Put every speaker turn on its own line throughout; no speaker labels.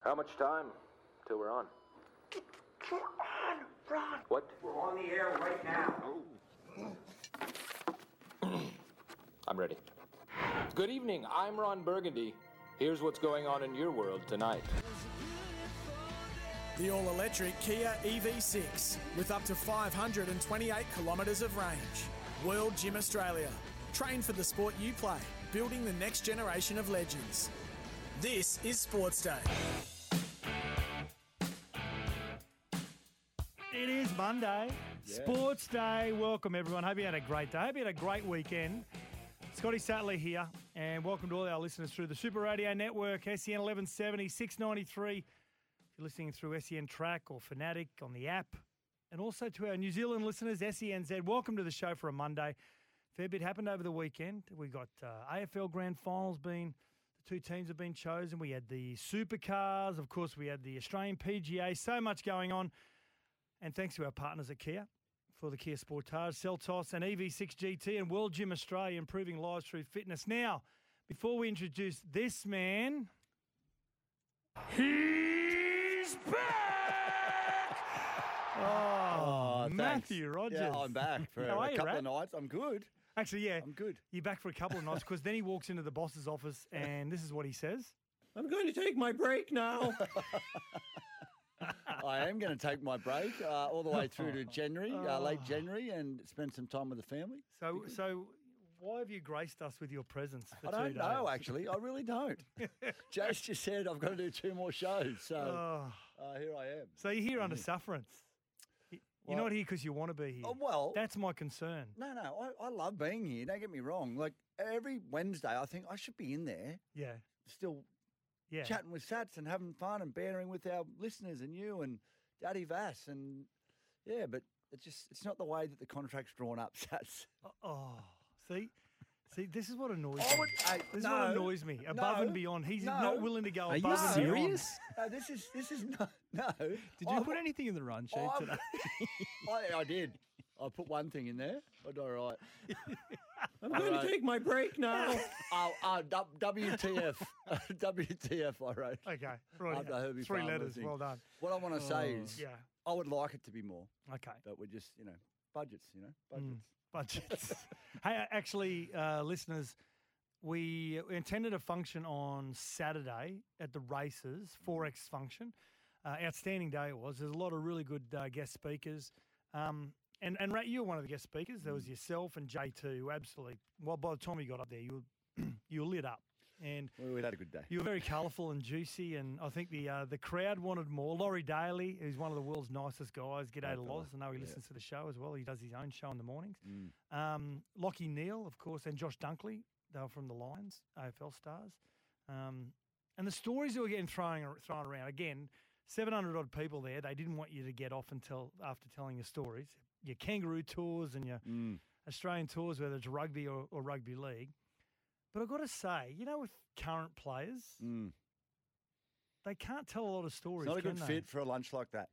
How much time till we're on?
We're on, Ron.
What?
We're on the air right now.
I'm ready. Good evening. I'm Ron Burgundy. Here's what's going on in your world tonight.
The all electric Kia EV6 with up to 528 kilometres of range. World Gym Australia. Train for the sport you play, building the next generation of legends. This is Sports Day.
It is Monday, Sports Day. Welcome, everyone. Hope you had a great day. Hope you had a great weekend. Scotty Sattler here, and welcome to all our listeners through the Super Radio Network, E SEN 1170, 693. If you're listening through SEN Track or Fanatic on the app, and also to our New Zealand listeners, SENZ, welcome to the show for a Monday. Fair bit happened over the weekend. We got uh, AFL Grand Finals being, the two teams have been chosen. We had the supercars. Of course, we had the Australian PGA. So much going on. And thanks to our partners at Kia for the Kia Sportage, Celtos, and E EV6 GT and World Gym Australia, improving lives through fitness. Now, before we introduce this man, he's back! Oh, Matthew Rogers.
Yeah, I'm back for
How are
a
you,
couple
Rat?
of nights. I'm good.
Actually, yeah.
I'm good.
You're back for a couple of nights because then he walks into the boss's office and this is what he says.
I'm going to take my break now.
I am going to take my break uh, all the way through to January,
Oh.
uh, late January, and spend some time with the family.
So, so why have you graced us with your presence for
I
two
don't know,
days?
actually. I really don't. Jace just said I've got to do two more shows, so
Oh,
uh, here I am.
so you're here under sufferance. You- You're
Well-
not here because you want to be here.
Oh, well,
That's my concern.
no, no, I, I love being here. Don't get me wrong. Like every Wednesday, I think I should be in there
Yeah.
still
Yeah.
chatting with Sats and having fun and bantering with our listeners and you and Daddy Vass and yeah, but it's just it's not the way that the contract's drawn up, Sats.
Oh, see, see, this is what annoys
I
me.
would- I-
this is
no,
what annoys me. Above and
no,
beyond. He's
no.
not willing to go
Are you
above and beyond.
serious?
No, Uh, this is this is not no. Did
Did you put anything in the run sheet
oh,
today?
I, I did. I put one thing in there. I did all right.
I'm going
right.
to take my break now.
Oh, uh, w- WTF, WTF. I wrote.
Okay, right.
After Herbie
Three
Farmer
letters.
thing.
Well done. Oh,
What I want to say is,
Yeah.
I would like it to be more,
Okay.
but we're just you know budgets, you know budgets.
Hmm. Budgets. hey, uh, actually, uh, listeners, we intended a function on Saturday at the
Mm-hmm.
races, Forex function. Uh, outstanding day it was. There's a lot of really good uh, guest speakers. Um, and, and Rat, you were one of the guest speakers. There
Mm.
was yourself and J2, who absolutely. Well, by the time you got up there, you were, you were lit up. And
We, we had a good day.
you were very colourful and juicy, and I think the uh, the crowd wanted more. Laurie Daly, who's one of the world's nicest guys, g'day to Loz. I know he listens to the show as well. He does his own show in the mornings. Um, Lockie Neal, of course, and Josh Dunkley. They were from the Lions, AFL stars. Um, and the stories that were getting thrown thrown around again, seven hundred odd people there. They didn't want you to get off until after telling your stories, your kangaroo tours and your
Mm.
Australian tours, whether it's rugby or, or rugby league. But I've got to say, you know, with current players,
Mm.
they can't tell a lot of stories.
It's not a good
can they?
fit for a lunch like that.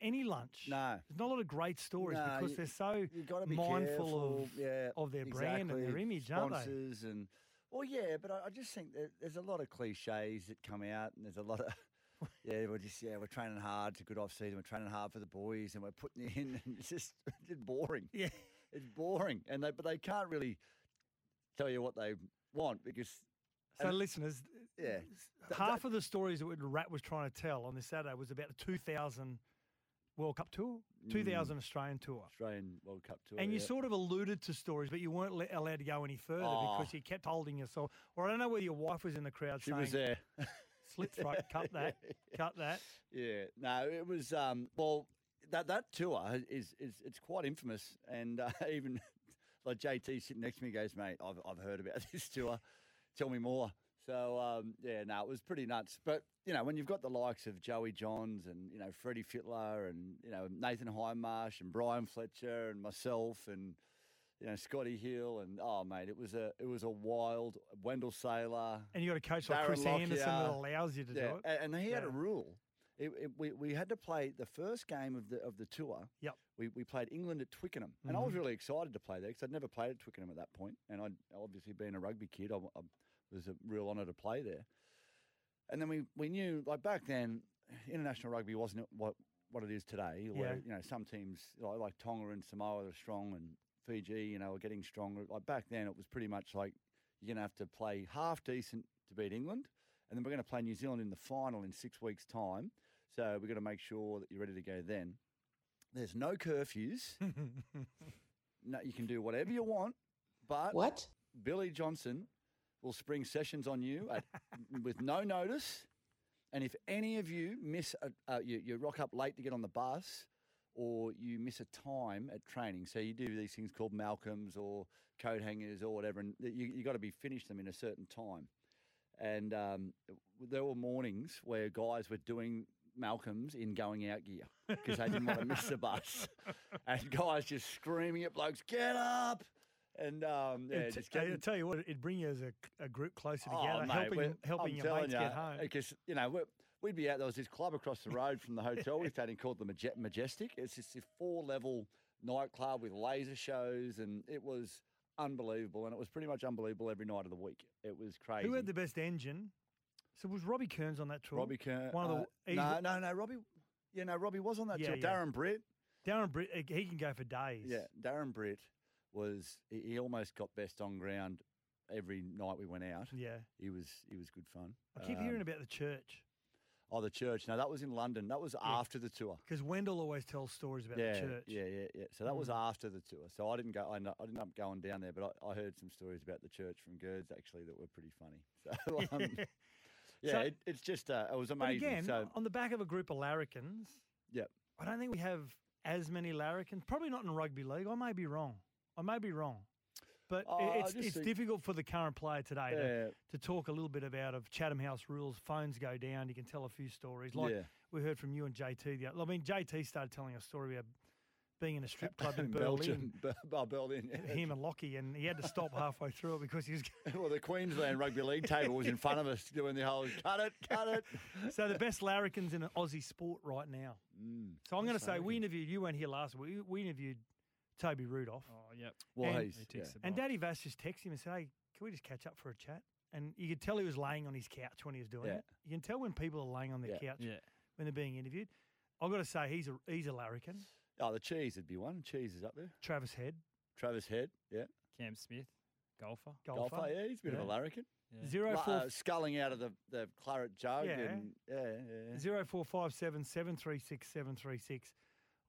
Any lunch.
No.
There's not a lot of great stories
No,
because
you-
they're so
you got to be
mindful of,
careful, yeah,
of their brand and their
exactly,
image, aren't they?
Sponsors and well, yeah, but I, I just think that there's a lot of cliches that come out, and there's a lot of yeah, we're just yeah, we're training hard. It's a good off season. We're training hard for the boys, and we're putting in. And it's just it's boring.
Yeah.
It's boring, and they but they can't really tell you what they want because
So, listeners,
yeah,
half of the stories that Rat was trying to tell on this Saturday was about the 2000 World Cup tour, 2000 Australian tour.
Australian World Cup Mm. tour.
And you
yeah.
sort of alluded to stories, but you weren't le- allowed to go any further
Oh.
because you kept holding yourself. Or I don't know whether your wife was in the crowd
she
saying,
was there.
"Slit throat, cut that, cut that."
Yeah, no, it was. Um, well, that that tour is is it's quite infamous, and uh, even like JT sitting next to me goes, "Mate, I've I've heard about this tour. Tell me more." So um, yeah, no, it was pretty nuts. But you know, when you've got the likes of Joey Johns and you know Freddie Fitler and you know Nathan Highmarsh and Brian Fletcher and myself and you know Scotty Hill and oh mate, it was a it was a wild Wendell Saylor.
And you got a coach like
Darren
Chris Anderson that
Lockyer.
allows you to
Yeah,
do it.
a- and he had a
Yeah.
rule. It, it, we, we had to play the first game of the of the tour.
Yep. Mm-hmm.
We, we played England at Twickenham, and I was really excited to play there because I'd never played at Twickenham at that point, and I'd obviously been a rugby kid. I, w- I- it was a real honour to play there. And then we, we knew, like back then, international rugby wasn't what, what it is today. Where,
Yeah.
you know, some teams like, like Tonga and Samoa are strong and Fiji, you know, are getting stronger. Like back then, it was pretty much like you're going to have to play half decent to beat England. And then we're going to play New Zealand in the final in six weeks' time. So we've got to make sure that you're ready to go then. There's no curfews. no, you can do whatever you want. But
What?
Billy Johnson will spring sessions on you at, with no notice. And if any of you miss, a, uh, you, you rock up late to get on the bus or you miss a time at training, so you do these things called Malcolms or coat hangers or whatever, and you, you got to be finished them in a certain time. And um, there were mornings where guys were doing Malcolms in going out gear because they didn't want to miss the bus. And guys just screaming at blokes, get up! And um, yeah,
It'd t-
just getting
I tell you what, it'd bring you as a, a group closer
Oh,
together,
mate, we're-
helping helping
I'm
your
telling
mates
ya,
get home.
Because you know we're, we'd be out. There was this club across the road from the hotel we stayed in called the Maje- Majestic. It's just this four level nightclub with laser shows, and it was unbelievable. And it was pretty much unbelievable every night of the week. It was crazy.
Who had the best engine? So was Robbie Kearns on that tour?
Robbie Kern?
One of
uh,
the he's-
no, no, no, Robbie. Yeah, no, Robbie was on that
Yeah,
tour.
yeah.
Darren Britt.
Darren Britt, he he can go for days.
Yeah, Darren Britt was. He, he almost got best on ground every night we went out.
yeah.
He was. He was good fun.
I keep
Um,
hearing about the church
Oh, the church. No, that was in London. That was after the tour.
because Wendell always tells stories about
yeah,
the church. Mm.
yeah, yeah, yeah. So that was after the tour. So I didn't go. I, no- I didn't end up going down there, but I, I heard some stories about the church from Gerds actually that were pretty funny. So um, yeah,
So-
it, it's just uh, it was
But
amazing.
again,
so
on the back of a group of larrikins,
Yep.
I don't think we have as many larrikins. Probably not in rugby league. I may be wrong. I may be wrong. But i-
Oh, I
it's,
just
it's
think-
difficult for the current player today to,
Yeah.
to talk a little bit about of Chatham House rules. Phones go down. You can tell a few stories, like
Yeah.
we heard from you and JT. The, oth- I mean, JT started telling a story about being in a strip club in
Belgium,
Berlin.
Bel- oh, Berlin. yeah.
Him and Lockie, and he had to stop halfway through it because he was.
well, the Queensland rugby league table was in front of us doing the whole cut it, cut it.
So the best larrikins in Aussie sport right now.
Mm.
so I'm going to say we interviewed you weren't here last week. We, we interviewed Toby Rudolph,
Oh, yep.
Well,
And-
he's,
He
yeah.
ticks the
and
box.
Daddy Vass just texted him and said, "Hey, can we just catch up for a chat?" And you could tell he was laying on his couch when he was doing
Yeah.
it. You can tell when people are laying on their
Yeah.
couch
Yeah.
when they're being interviewed. I've got to say he's a he's a larrikin.
Oh, the cheese would be one. Cheese is up there.
Travis Head,
Travis Head, yeah.
Cam Smith, golfer.
golfer,
Golfer, yeah, he's a bit of a larrikin.
Yeah.
zero
Like,
four
uh, sculling out of the, the claret jug.
Yeah.
And, yeah, yeah, yeah.
zero four five seven seven three six seven three six.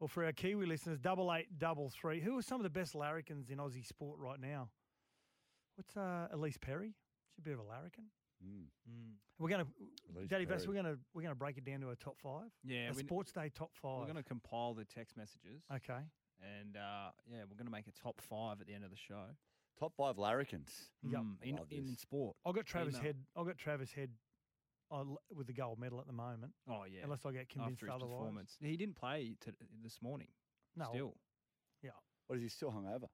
Or for our Kiwi listeners, double eight double three. Who are some of the best larrikins in Aussie sport right now? What's uh, Elise Perry? She's a bit of a larrikin.
Mm.
Mm.
We're gonna
Elise
Daddy Vass,
Perry.
we're gonna we're gonna break it down to a top five.
Yeah,
a
we n-
sports day top five.
We're going to compile the text messages
Okay.
and uh, yeah, we're going to make a top five at the end of the show.
Top five larrikins.
Yep.
Mm, in,
Love
in
Oh, this.
sport.
I got Travis
Email.
Head. I got Travis Head on l- with the gold medal at the moment.
Oh yeah.
Unless I get convinced
After his
otherwise.
performance, he didn't play to, this morning.
No.
Still.
What is he still hungover?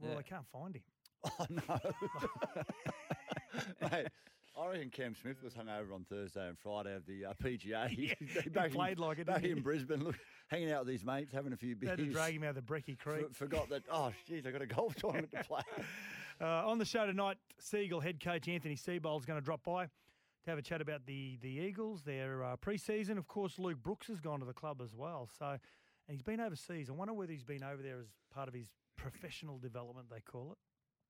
Well,
Yeah.
I can't find him.
Oh no, mate. I reckon Cam Smith was hungover on Thursday and Friday of the uh, PGA.
he played
in,
like it,
Back
didn't
in
he?
Brisbane, look, hanging out with his mates, having a few
They had
beers.
to drag him out of the Brecky Creek.
For- forgot that. Oh, jeez, I got a golf tournament to play.
Uh, on the show tonight, Seagull head coach Anthony Seabold is going to drop by to have a chat about the the Eagles, their uh, preseason. Of course, Luke Brooks has gone to the club as well. So, and he's been overseas. I wonder whether he's been over there as part of his professional development. They call it.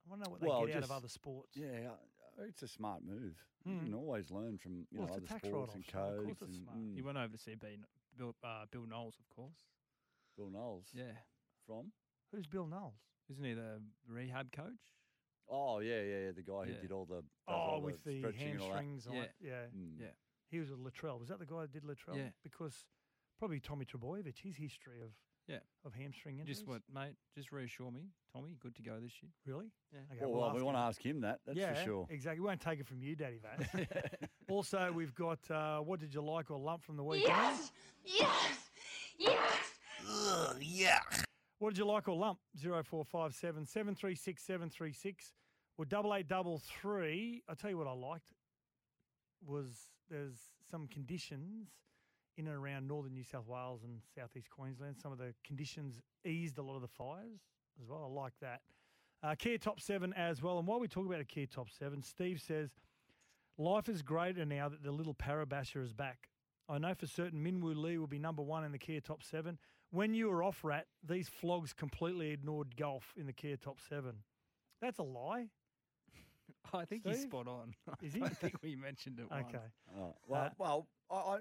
I want to know what they
Well,
get out of
just-
other sports. Hmm.
yeah, uh, it's a smart move. You can always learn from you
Well,
know
it's a
other
tax
sports and
write-off, so of course
codes.
it's
and
smart.
He
mm,
went over to see Bill, Bill, uh, Bill Knowles, of course.
Bill Knowles
Yeah.
from.
Who's Bill Knowles?
Isn't he the rehab coach?
Oh yeah, yeah, yeah. The guy who
Yeah.
did all the does
Oh,
all
with the
stretching and all that.
hamstrings. on
Yeah.
it. yeah.
Mm.
Yeah.
He was with Latrell. Was that the guy that did Latrell?
Yeah.
Because probably Tommy Trebojevic, his history of
Yeah.
of hamstring injuries.
Just what, mate? Just reassure me, Tommy. Good to go this year.
Really?
Yeah.
Okay,
Well,
ask
we
him.
want to ask him that. That's
yeah,
for sure.
Exactly. We won't take it from you, Daddy Vass. also, we've got uh, what did you like or lump from the week?
Yes! Yes! Yes!
What did you like or lump? 0457 736 736 or double eight double three. I tell you what I liked was there's some conditions in and around northern New South Wales and southeast Queensland. Some of the conditions eased a lot of the fires as well. I like that. Uh, Kia Top 7 as well. And while we talk about a Kia Top 7, Steve says, Life is greater now that the little Parabasher is back. I know for certain Minwoo Lee will be number one in the Kia Top 7. When you were off, Rat, these flogs completely ignored golf in the Kia Top 7. That's a lie,
I think he's
Steve?
spot on.
is he? Uh,
I think we mentioned it. once.
okay.
Oh, well,
Uh,
well, I, I,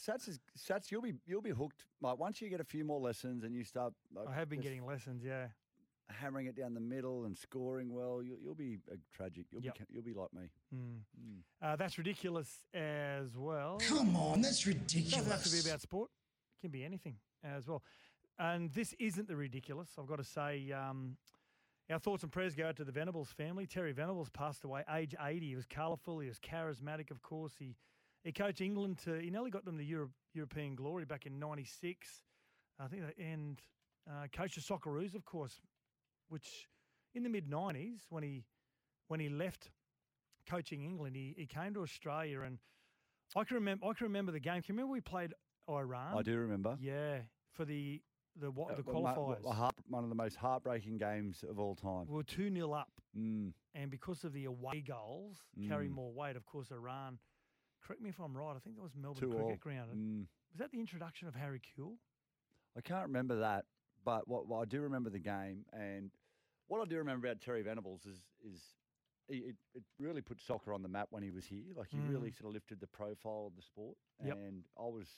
Sats is Sats. You'll be you'll be hooked. Like once you get a few more lessons and you start, like,
I have been
just
getting lessons, yeah.
hammering it down the middle and scoring well. You, you'll be uh, tragic. You'll
Yep.
be ca- you'll be like me.
Uh, that's ridiculous as well. Come on, that's ridiculous. Doesn't have to be about sport. It can be anything as well. And this isn't the ridiculous. I've got to say, um, our thoughts and prayers go out to the Venables family. Terry Venables passed away, age 80. He was colourful. He was charismatic, of course. He he coached England to. He nearly got them the Euro, European glory back in '96, I think. they- And uh, coached the Socceroos, of course, which in the mid '90s when he when he left coaching England, he, he came to Australia, and I can remember I can remember the game. Can you remember we played Iran?
I do remember.
Yeah, for the the wa-
Uh,
the
well, ma- well,
qualifiers.
a heart- one of the most heartbreaking games of all time.
we were two 0 up,
Mm.
and because of the away goals, carry
Mm.
more weight. Of course, Iran. Correct me if I'm right. I think that was Melbourne
Two
Cricket
all.
Ground.
Mm.
Was that the introduction of Harry Kuehl?
I can't remember that, but what, what I do remember the game, and what I do remember about Terry Venables is is he- it, it really put soccer on the map when he was here. Like he really sort of lifted the profile of the sport,
Mm. Yep.
and I was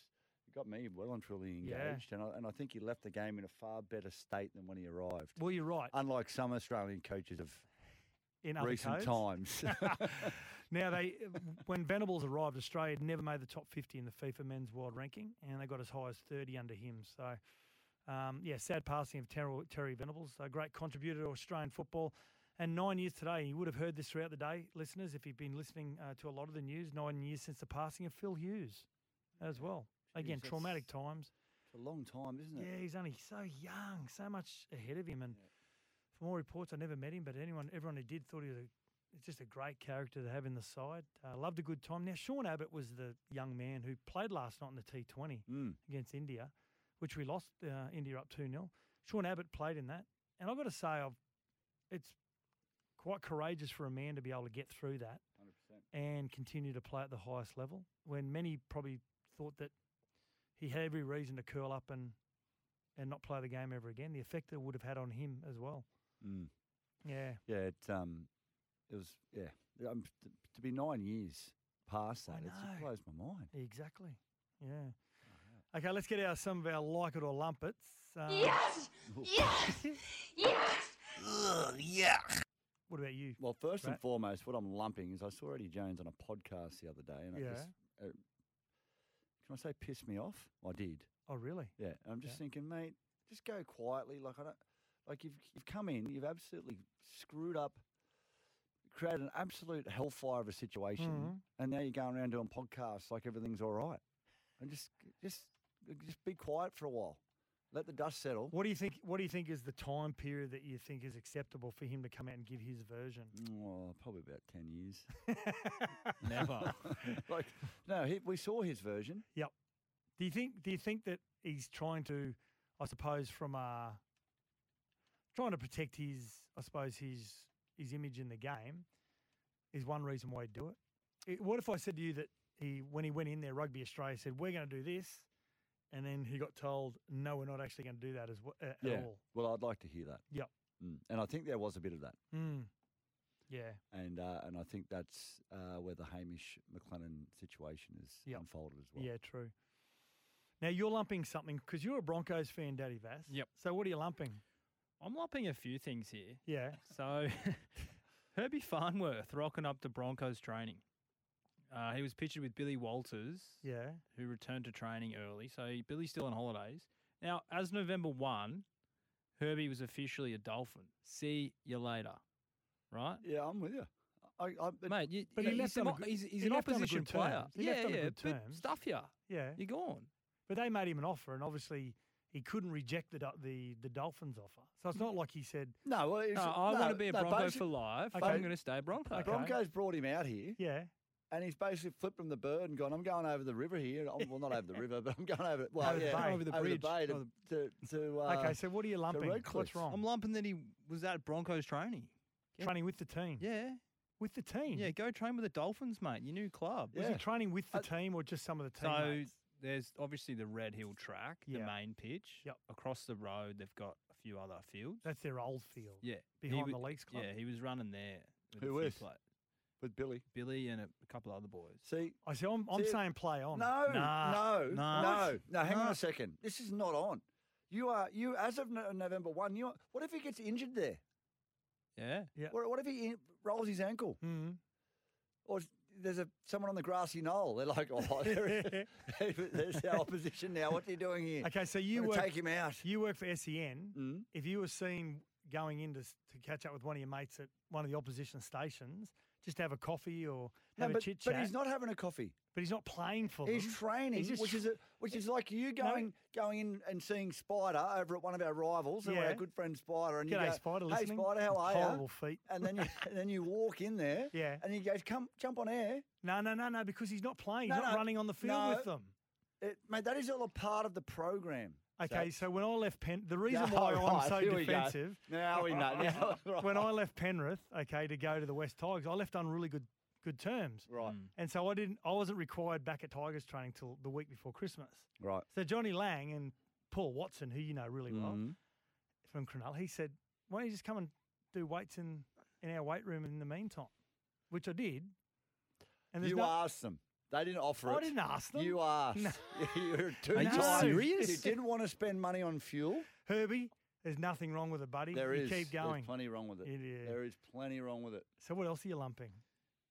it got me well and truly
Yeah.
engaged, and I, and I think he left the game in a far better state than when he arrived.
Well, you're right.
Unlike some Australian coaches of
In other
recent
codes.
times.
Now they, when Venables arrived, Australia had never made the top 50 in the FIFA Men's World Ranking, and they got as high as 30 under him. So, um, yeah, sad passing of Terry, Terry Venables, a great contributor to Australian football. And nine years today, you would have heard this throughout the day, listeners, if you've been listening uh, to a lot of the news. Nine years since the passing of Phil Hughes, as well. Again,
Jeez,
traumatic times.
a long time, isn't it?
Yeah, he's only so young, so much ahead of him. And from all reports, I never met him, but anyone, everyone who did thought he was a, it's just a great character to have in the side. Uh, loved a good time. Now, Sean Abbott was the young man who played last night in the T20
Mm.
against India, which we lost uh, India up 2 0. Sean Abbott played in that. And I've got to say, I've, it's quite courageous for a man to be able to get through that and continue to play at the highest level when many probably thought that he had every reason to curl up and and not play the game ever again. The effect it would have had on him as well.
Mm.
Yeah.
Yeah, it um, it was yeah. Um, t- to be nine years past
I
that, it's,
know.
it blows my mind.
Exactly.
Oh,
Yeah. Okay, let's get our some of our like it or lump it. Um,
Yes! Yes! Yes!
What about you?
Well, first and
Right.
foremost, what I'm lumping is I saw Eddie Jones on a podcast the other day, and
Yeah.
I just uh, can I say piss me off? I did.
Oh, really?
Yeah, and I'm just
Yeah.
thinking, mate, just go quietly. Like I don't, like you've you've come in, you've absolutely screwed up, created an absolute hellfire of a situation,
Mhm.
and now you're going around doing podcasts like everything's all right, and just just just be quiet for a while, let the dust settle.
What do you think? What do you think is the time period that you think is acceptable for him to come out and give his version?
Oh, probably about ten years.
Never.
like no, he, we saw his version.
Do you think? Do you think that he's trying to, I suppose, from uh, trying to protect his, I suppose, his his image in the game, is one reason why he'd do it. It- What if I said to you that he, when he went in there, Rugby Australia said we're going to do this, and then he got told no, we're not actually going to do that as w- uh, at all.
Well, I'd like to hear that.
Yep.
Mm. And I think there was a bit of that,
Mm. Yeah.
and uh, and I think that's uh, where the Hamish McLennan situation is
Yep.
unfolded as well.
Yeah. True. Now you're lumping something because you're a Broncos fan, Daddy Vass.
Yep.
So what are you lumping?
I'm lumping a few things here.
Yeah.
So, Herbie Farnworth rocking up to Broncos training. Uh, he was pictured with Billy Walters,
Yeah.
who returned to training early. So Billy's still on holidays. Now, as November 1, Herbie was officially a Dolphin. See you later. Right?
Yeah, I'm with you. I, I, it-
Mate, you,
But he
he's
left
an
on a
o-
good-
he's, he's
he
an
left on a
opposition
good
player.
terms. He
yeah,
left on a
yeah,
good
but
terms.
stuff you.
Yeah.
You're gone.
But they made him an offer, and obviously he couldn't reject the Do- the the Dolphins offer. So it's not like he said,
no, well, it's-
No, "Uh, I want to
no,
be a
no,
Bronco
basi-
for life.
Okay.
I'm going to stay a Bronco.
Okay.
Broncos brought him out here,
"Yeah,
and he's basically flipped him the bird and gone. I'm going over the river here. I'm, well, not over the river, but I'm going over. Well,
Over the
yeah,
bay.
Over the bridge.
bay to,
Over
to, to, uh,
okay." So what are you lumping? What's
Redcliffe.
wrong?
I'm lumping that he was at Broncos training.
Training with the team.
Yeah.
with the team.
Yeah, go train with the Dolphins, mate. Your new club.
Was he training with the
Uh,
team or just some of the
So
teammates?
there's obviously the Red Hill track,
Yeah.
the main pitch.
Yep.
Across the road, they've got a few other fields.
That's their old field.
yeah. He
behind
wa-
the Leagues Club.
Yeah, he was running there. with a
Who
few
is?
pla-
with Billy.
Billy and a, a couple other boys.
See,
I see. I'm, I'm
See,
saying play on.
No,
Nah.
no,
nah.
no, no. Hang on
Nah.
a second. This is not on. You are you as of No- November one. You are, what if he gets injured there?
Yeah.
Yeah.
What, what if he in, rolls his ankle
Mhm.
or s- there's a someone on the grassy knoll? They're like, oh, there is, there's our opposition now. What's he doing here?
Okay, so
I'm
you
gonna
work.
take him out.
You work for SEN.
Mm.
If you were seen going in to, s- to catch up with one of your mates at one of the opposition stations, just to have a coffee or
No,
have a
but,
chit chat,
but he's not having a coffee.
But he's not playing for
He's
them.
training,
just
which
tr-
is a, which is like you going going in and seeing Spider over at one of our rivals, or
Yeah.
our good friend Spider, and you
G'day,
go,
Spider,
Hey,
listening.
Spider, how are you?
Horrible feat.
And then you, and then you walk in there,
Yeah.
and he goes, "Come, jump on air."
No, no, no, no, because he's not playing. He's
No,
not
no,
running on the field with
no.
them.
It, mate, that is all a part of the program.
Okay, so when I left Pen, the reason
Yeah,
why I'm
right,
so
here we go.
defensive
Now we know. Now, right.
when I left Penrith, okay, to go to the West Tigers, I left on really good good terms.
right,
And so I didn't I wasn't required back at Tigers training till the week before Christmas.
right.
So Johnny Lang and Paul Watson, who you know really well
Mhm.
from Cronulla, he said, Why don't you just come and do weights in, in our weight room in the meantime? Which I did. And there's
You
no-
asked them. They didn't offer
I
it.
didn't ask them.
You asked.
No.
You're two
Are you
times.
serious?
You didn't want to spend money on fuel.
Herbie, there's nothing wrong with it, buddy.
There
you
is.
keep
There's
going.
plenty wrong with it.
It is.
There is plenty wrong with it.
So what else are you lumping?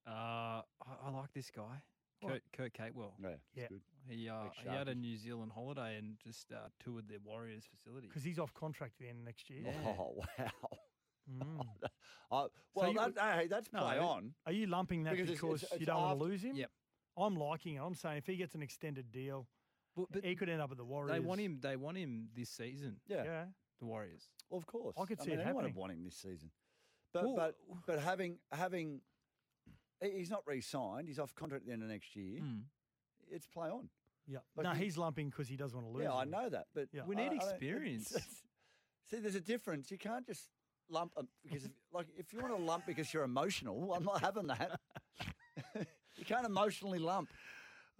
Uh, I, I like this guy, Kurt,
What?
Kurt Catewell.
Yeah. it's
Yeah.
good.
He uh,
Big
he had a
sharky.
New Zealand holiday and just uh, toured the Warriors facility.
Because he's off contract at the end of next year.
Yeah.
Oh wow.
Mm.
Uh, well,
you
that, hey, that's
No,
play on.
Are you lumping that
Because
because,
it's- it's-
you
it's
don't want to
after-
lose him?
Yep.
I'm liking it. I'm saying if he gets an extended deal,
Well, but
he could end up at the Warriors.
they want him. They want him this season.
Yeah,
Yeah.
The Warriors.
of course.
I could see
mean,
it
anyone
happening.
would want him this season, but
Well-
but but having having he- he's not re-signed. He's off contract at the end of next year.
Hmm.
It's play on.
Yeah.
Like
Mm. no,
you-
he's lumping because he does want to lose.
Yeah, I
him.
know that, but
Yeah.
We need
I- I don't-
experience.
see, there's a difference. You can't just lump 'em, because if, like if you want to lump because you're emotional, I'm not having that. you can't emotionally lump.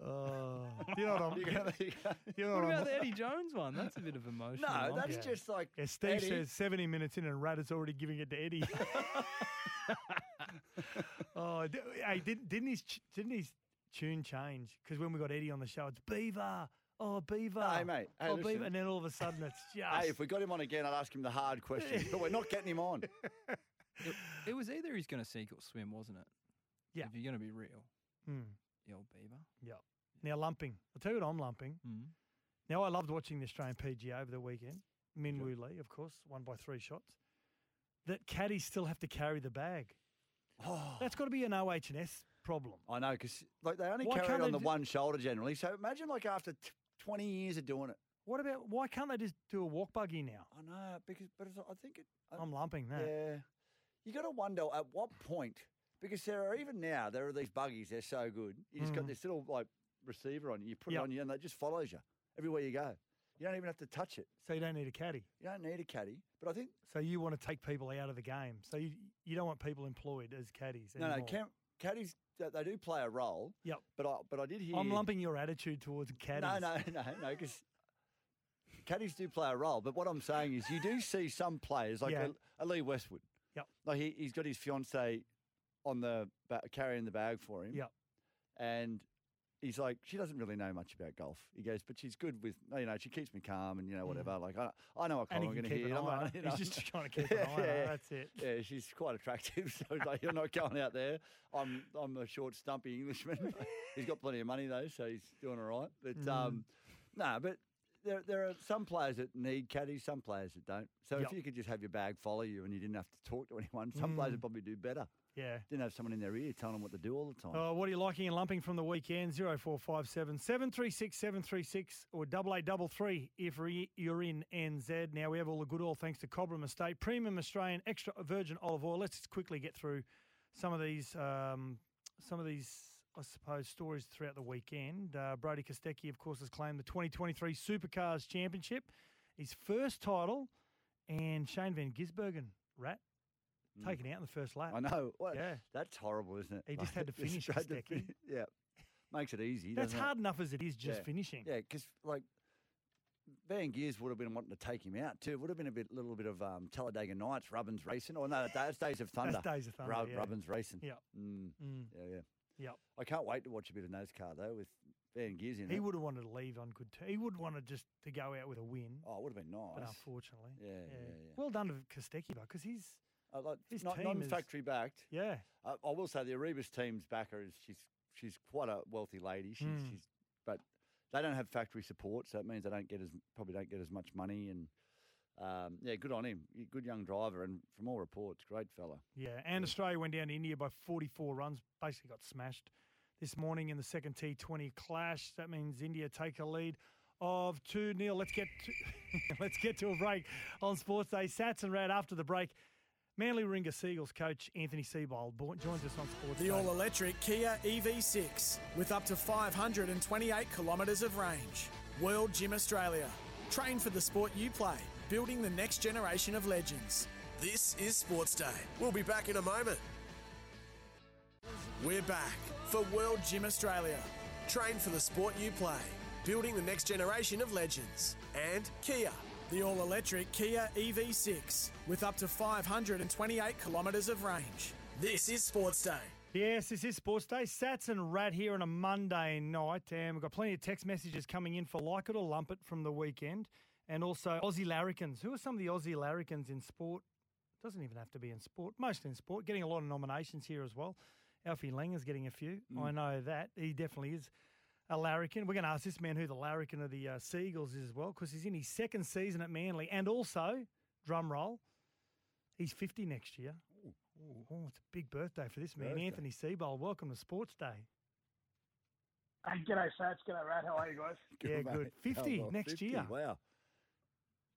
Uh, you know what I'm.
You
you
can't- you can't-
know
What
what I'm-
about the Eddie Jones one? That's a bit of emotion.
no, that's
Yeah.
just like
Yeah, Steve
Eddie,
says 70 minutes in and Rad is already giving it to Eddie. oh, d- hey, didn't, didn't his ch- didn't his tune change? Because when we got Eddie on the show, it's Beaver. Oh, Beaver.
Hey, mate, hey,
oh,
listen.
Beaver. And then all of a sudden, it's just.
Hey, if we got him on again, I'd ask him the hard questions, but we're not getting him on.
it, it was either he's going to sink or swim, wasn't it?
Yeah.
If you're going to be real,
Hmm.
the old Beaver.
Now lumping. I'll tell you what I'm lumping.
Mm.
Now I loved watching the Australian PGA over the weekend. Min Woo Lee, of course, won by three shots. That caddies still have to carry the bag.
Oh.
That's got to be an OH&S problem.
I know, because like they only
Why
carry
can't
it on
they
the
ju-
one shoulder generally. So imagine like after t- twenty years of doing it.
What about why can't they just do a walk buggy now?
I know because, but it's, I think it. I,
I'm lumping that.
yeah, you got to wonder at what point because there are even now there are these buggies. They're so good. You just got this little like receiver on you. You put
Mm. Yep.
it on you, and that just follows you everywhere you go. You don't even have to touch it.
So you don't need a caddy.
You don't need a caddy. But I think
So you want to take people out of the game. So you you don't want people employed as caddies.
no, no,
anymore.
cam, caddies they, they do play a role.
Yep.
But I but I did hear
I'm lumping your attitude towards caddies.
No, no, no, no, because caddies do play a role. But what I'm saying is, you do see some players like
Yeah.
a, a Lee Westwood.
Yep.
Like he, he's got his fiancee on the ba- carrying the bag for him.
Yep.
And he's like, she doesn't really know much about golf. He goes, but she's good with, you know, she keeps me calm and you know whatever. Like I, I know what
Mm. And
call
he can
I'm going to
keep
hear.
an eye
I'm
on
not-
it.
you
He's
know.
just trying to keep an eye on it, that's it.
Yeah, she's quite attractive. So it's like, you're not going out there. I'm, I'm a short, stumpy Englishman. he's got plenty of money though, so he's doing all right.
Mm.
But um, no, but there, there are some players that need caddies, some players that don't. So
Yep. Mm.
if you could just have your bag follow you and you didn't have to talk to anyone, some players would probably do better.
Yeah.
Didn't have someone in their ear telling them what to do all the time.
Uh, what are you liking and lumping from the weekend? 0457 736 736 or 8833 if re- you're in NZ. Now, we have all the good oil thanks to Cobram Estate, premium Australian extra virgin olive oil. Let's just quickly get through some of these, um, some of these, I suppose, stories throughout the weekend. Uh, Brody Kostecki, of course, has claimed the 2023 Supercars Championship, his first title, and Shane Van Gisbergen, rat, Taken out in the first lap.
Hmm. I know. What,
Yeah.
That's horrible, isn't it?
He just had to finish
tried
his
to
decking.
fin- yeah. Makes it easy.
That's
doesn't it?
hard enough as it is just
Yeah.
finishing.
Yeah, because like Van Gears would have been wanting to take him out too. Would have been a bit, little bit of um, Talladega Nights, Rubbins racing, or no, that's Days of Thunder.
Days of Thunder, yeah.
Rubbins racing.
Yep.
Mm,
Mm.
yeah, yeah.
Yep.
I can't wait to watch a bit of NASCAR though with Van Gears in
He
it.
would have wanted to leave on good terms. He would want to just to go out with a win,
Oh, it would have been
but
nice.
unfortunately,
Yeah, yeah, yeah.
Well done to Kostecki, though, because he's
Uh, like,
his
not,
team
non
is-
factory backed.
yeah,
Uh, I will say the Erebus team's backer is she's she's quite a wealthy lady. She's,
Mm.
she's but they don't have factory support, so it means they don't get as probably don't get as much money. And um, yeah, good on him. Y- Good young driver, and from all reports, great fella.
yeah. And Australia went down to India by 44 runs, basically got smashed this morning in the second T20 clash. That means India take a lead of two 0 Let's get to, let's get to a break on Sports Day. Sats and Rad after the break. Manly Ringer Seagulls coach Anthony Seibold bo- joins us on Sports
The
Day.
all electric Kia EV6 with up to 528 kilometres of range. World Gym Australia. Train for the sport you play, building the next generation of legends. This is Sports Day. We'll be back in a moment. We're back for World Gym Australia. Train for the sport you play, building the next generation of legends. And Kia. The all electric Kia EV6 with up to 528 kilometres of range. This is Sports Day.
Yes, this is Sports Day. Sats and Rat here on a Monday night. And we've got plenty of text messages coming in for Like It or Lump It from the weekend. And also Aussie Larrikins. Who are some of the Aussie Larrikins in sport? Doesn't even have to be in sport, mostly in sport. Getting a lot of nominations here as well. Alfie Langer's getting a few. I know that. He definitely is a larrikin. We're going to ask this man who the larrikin of the uh, Seagulls is as well, because he's in his second season at Manly. And also, drum roll, he's 50 next year. Oh, it's a big birthday for this man,
Birthday.
Anthony Seibold. Welcome to Sports Day.
Hey, G'day, Sats. G'day, Rat. How are you guys?
Yeah,
mate.
good.
Oh,
50
well,
next year.
Wow.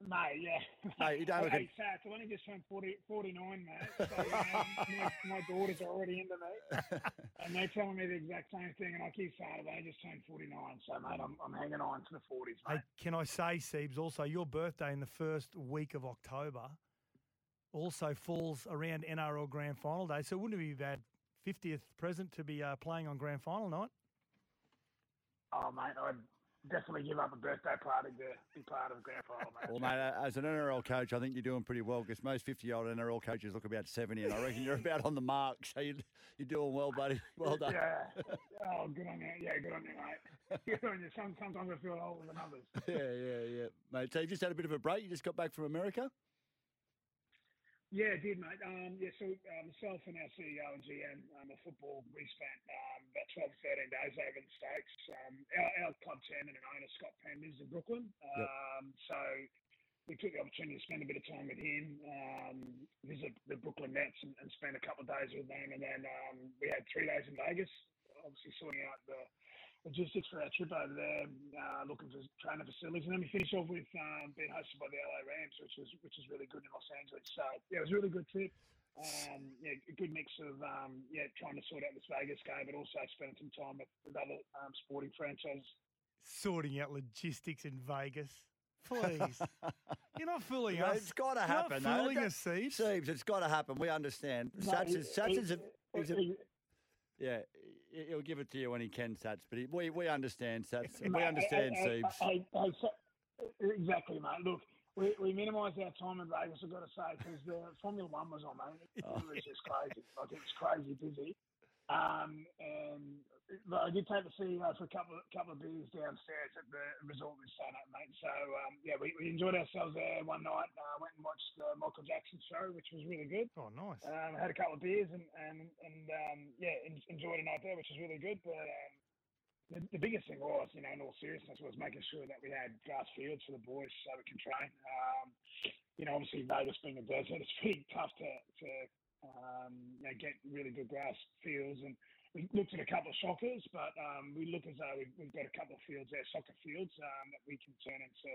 Mate, yeah.
Mate, you don't look
hey, Sats, I've only just turned 40, 49, mate. So, you know, my, my daughters are already into me. And they're telling me the exact same thing. And I keep saying it. They just turned 49. So, mate, I'm, I'm hanging on to the 40s,
Hey,
mate.
can I say, Sebes, also your birthday in the first week of October also falls around NRL Grand Final Day. So wouldn't it be bad 50th present to be uh, playing on Grand Final night?
Oh, mate, I'd definitely give up a birthday party to be part of the grand final, mate.
Well, mate, uh, as an NRL coach, I think you're doing pretty well because most 50 year old NRL coaches look about 70, and I reckon you're about on the mark. So you, you're doing well, buddy. Well done.
Yeah. Oh, good on you. Yeah, good on you, mate. Good on you. Some, sometimes I feel older than others.
Yeah, yeah, yeah. Mate, so you just had a bit of a break. You just got back from America?
Yeah, it did, mate. Um, yeah, so uh, myself and our CEO and GM um, of football, we spent um, about 12, 13 days over in the States. Um, our, our club chairman and owner, Scott Penn, lives in Brooklyn.
Yep.
Um, So we took the opportunity to spend a bit of time with him, um, visit the Brooklyn Nets and, and spend a couple of days with them. And then um, we had three days in Vegas, obviously sorting out the logistics for our trip over there, uh, looking for training facilities, and then we finished off with um, being hosted by the LA Rams, which was which was really good in Los Angeles. So yeah, it was a really good trip. Um, yeah, a good mix of um, yeah trying to sort out this Vegas game, but also spending some time with, with other um, sporting franchises.
sorting out logistics in Vegas. Please. You're not fooling
Mate,
us.
It's got to
You're
happen.
Not
though.
fooling
That-
us, Seeps.
Seems it's got to happen. We understand. Sats
Mate,
is, Sats
it-
is a, is a,
it-
yeah. he- He'll give it to you when he can, Sats. But he, we we understand, Sats. We
Mate,
understand,
I- I-
Seeps.
I- I- I- so- exactly, mate. Look, we, we minimised our time in Vegas, I've got to say, because the Formula One was on, mate. It was just crazy. Like, it was crazy busy. Um, and but I did take the CEO for a couple of, couple of beers downstairs at the resort we stayed at, mate. So, um, yeah, we, we enjoyed ourselves there one night. Uh, went and watched the Michael Jackson show, which was really good.
oh, nice.
Um, had a couple of beers and and and um, yeah, en- enjoyed a night there, which was really good. But um, the, the biggest thing was, you know, in all seriousness, was making sure that we had grass fields for the boys so we can train. Um, you know, obviously Vegas being a desert, it's pretty tough to to um, you know, get really good grass fields. And we looked at a couple of shockers, but um, we look as though we've, we've got a couple of fields there, soccer fields, um, that we can turn into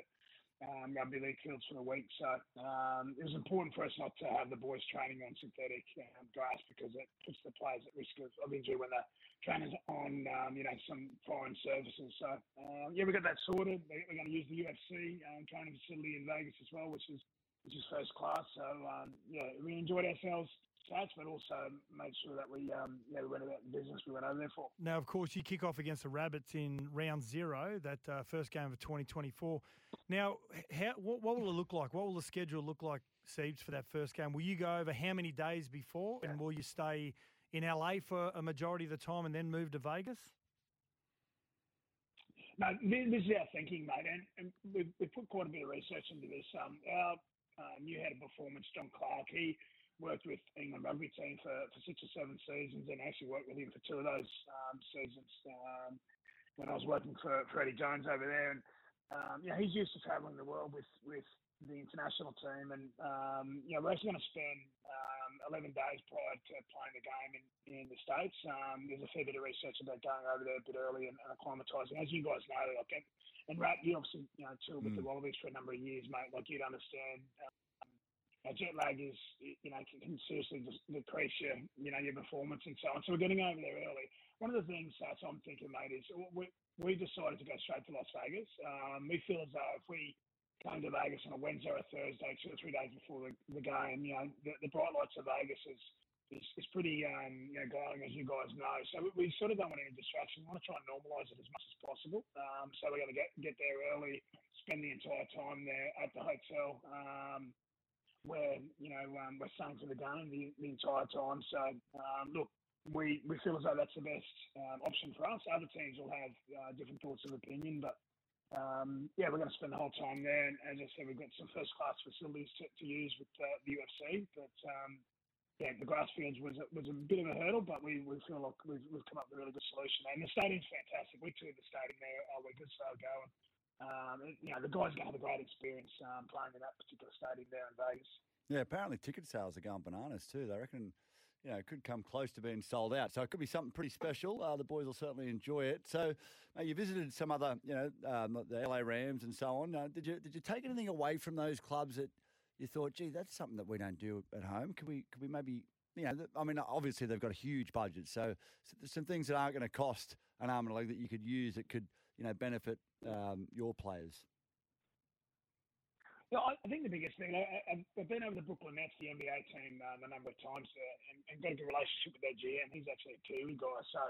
um, rugby league fields for the week. So um, it was important for us not to have the boys training on synthetic um, grass because it puts the players at risk of, of injury when they're training on um, you know some foreign services. So um, yeah, we got that sorted. We- We're going to use the UFC um, training facility in Vegas as well, which is which is first class. So um, yeah, we enjoyed ourselves. chance, but also made sure that we um, yeah, we went about the business we went over there for.
Now, of course, you kick off against the Rabbits in round zero, that uh, first game of 2024. Now, h- how, what, what will it look like? What will the schedule look like, Siebes, for that first game? Will you go over how many days before, and will you stay in LA for a majority of the time and then move to Vegas?
No, thi- this is our thinking, mate, and, and we've, we've put quite a bit of research into this. Um, our uh, new head of performance, John Clark, he worked with England rugby team for, for six or seven seasons, and I actually worked with him for two of those um, seasons um, when I was working for, for Eddie Jones over there. And um, you know, he's used to travelling the world with with the international team, and um, you know, we're actually going to spend um, 11 days prior to playing the game in, in the states. Um, there's a fair bit of research about going over there a bit early and, and acclimatising. As you guys know, like and, and Rat, you obviously you know toured with the Wallabies for a number of years, mate. Like you'd understand. Um, uh, jet lag is, you know, can, can seriously just decrease your, you know, your performance and so on. So we're getting over there early. One of the things that I'm thinking, mate, is we, we decided to go straight to Las Vegas. Um, we feel as though if we came to Vegas on a Wednesday or a Thursday, two or three days before the, the game, you know, the, the bright lights of Vegas is is, is pretty, um, you know, glowing as you guys know. So we, we sort of don't want any distraction. We want to try and normalise it as much as possible. Um, so we're going to get get there early, spend the entire time there at the hotel. Um, where you know um, we're staying for the game the, the entire time. So um, look, we we feel as though that's the best um, option for us. Other teams will have uh, different thoughts of opinion, but um, yeah, we're going to spend the whole time there. And as I said, we've got some first class facilities to, to use with uh, the UFC, but. Um, yeah, the grass fields was a, was a bit of a hurdle, but we, we feel like we've, we've come up with a really good solution. And the stadium's fantastic. We toured the stadium there a week or so ago, and um, it- you know the guys gonna have a great experience um, playing in that particular stadium there in Vegas.
Yeah, apparently ticket sales are going bananas too. They reckon, you know, it could come close to being sold out. So it could be something pretty special. Uh, the boys will certainly enjoy it. So uh, you visited some other, you know, um, the LA Rams and so on. Uh, did you did you take anything away from those clubs that you thought, gee, that's something that we don't do at home? Could we could we maybe, you know, th- I mean, obviously they've got a huge budget. So s- there's some things that aren't going to cost an arm and a leg that you could use that could, you know, benefit um, your players.
Yeah, I I think the biggest thing, I, I- I've- I've been over to Brooklyn Nets, the NBA team, um, a number of times there, and, and got a good relationship with their GM. He's actually a Kiwi guy, so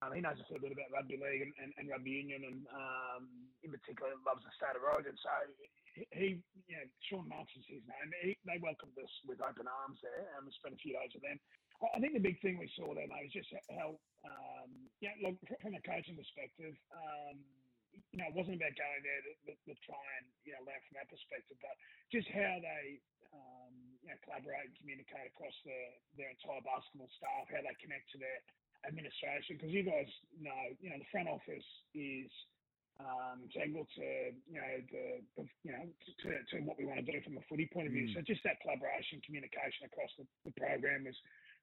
um, he knows a fair bit about rugby league and, and, and rugby union, and um, in particular loves the state of origin. So he- he, you know, Sean Marks is his name. He, they welcomed us with open arms there, and we spent a few days with them. I- I think the big thing we saw there, mate, is just how, um, yeah, look, fr- from a coaching perspective, um, you know, it wasn't about going there to, to, to try and, you know, learn from that perspective, but just how they, um, you know, collaborate and communicate across their, their entire basketball staff, how they connect to their administration. Because you guys know, you know, the front office is um, tangled to, you know, the, the you know, to, to what we want to do from a footy point of view. So just that collaboration, communication across the, the program was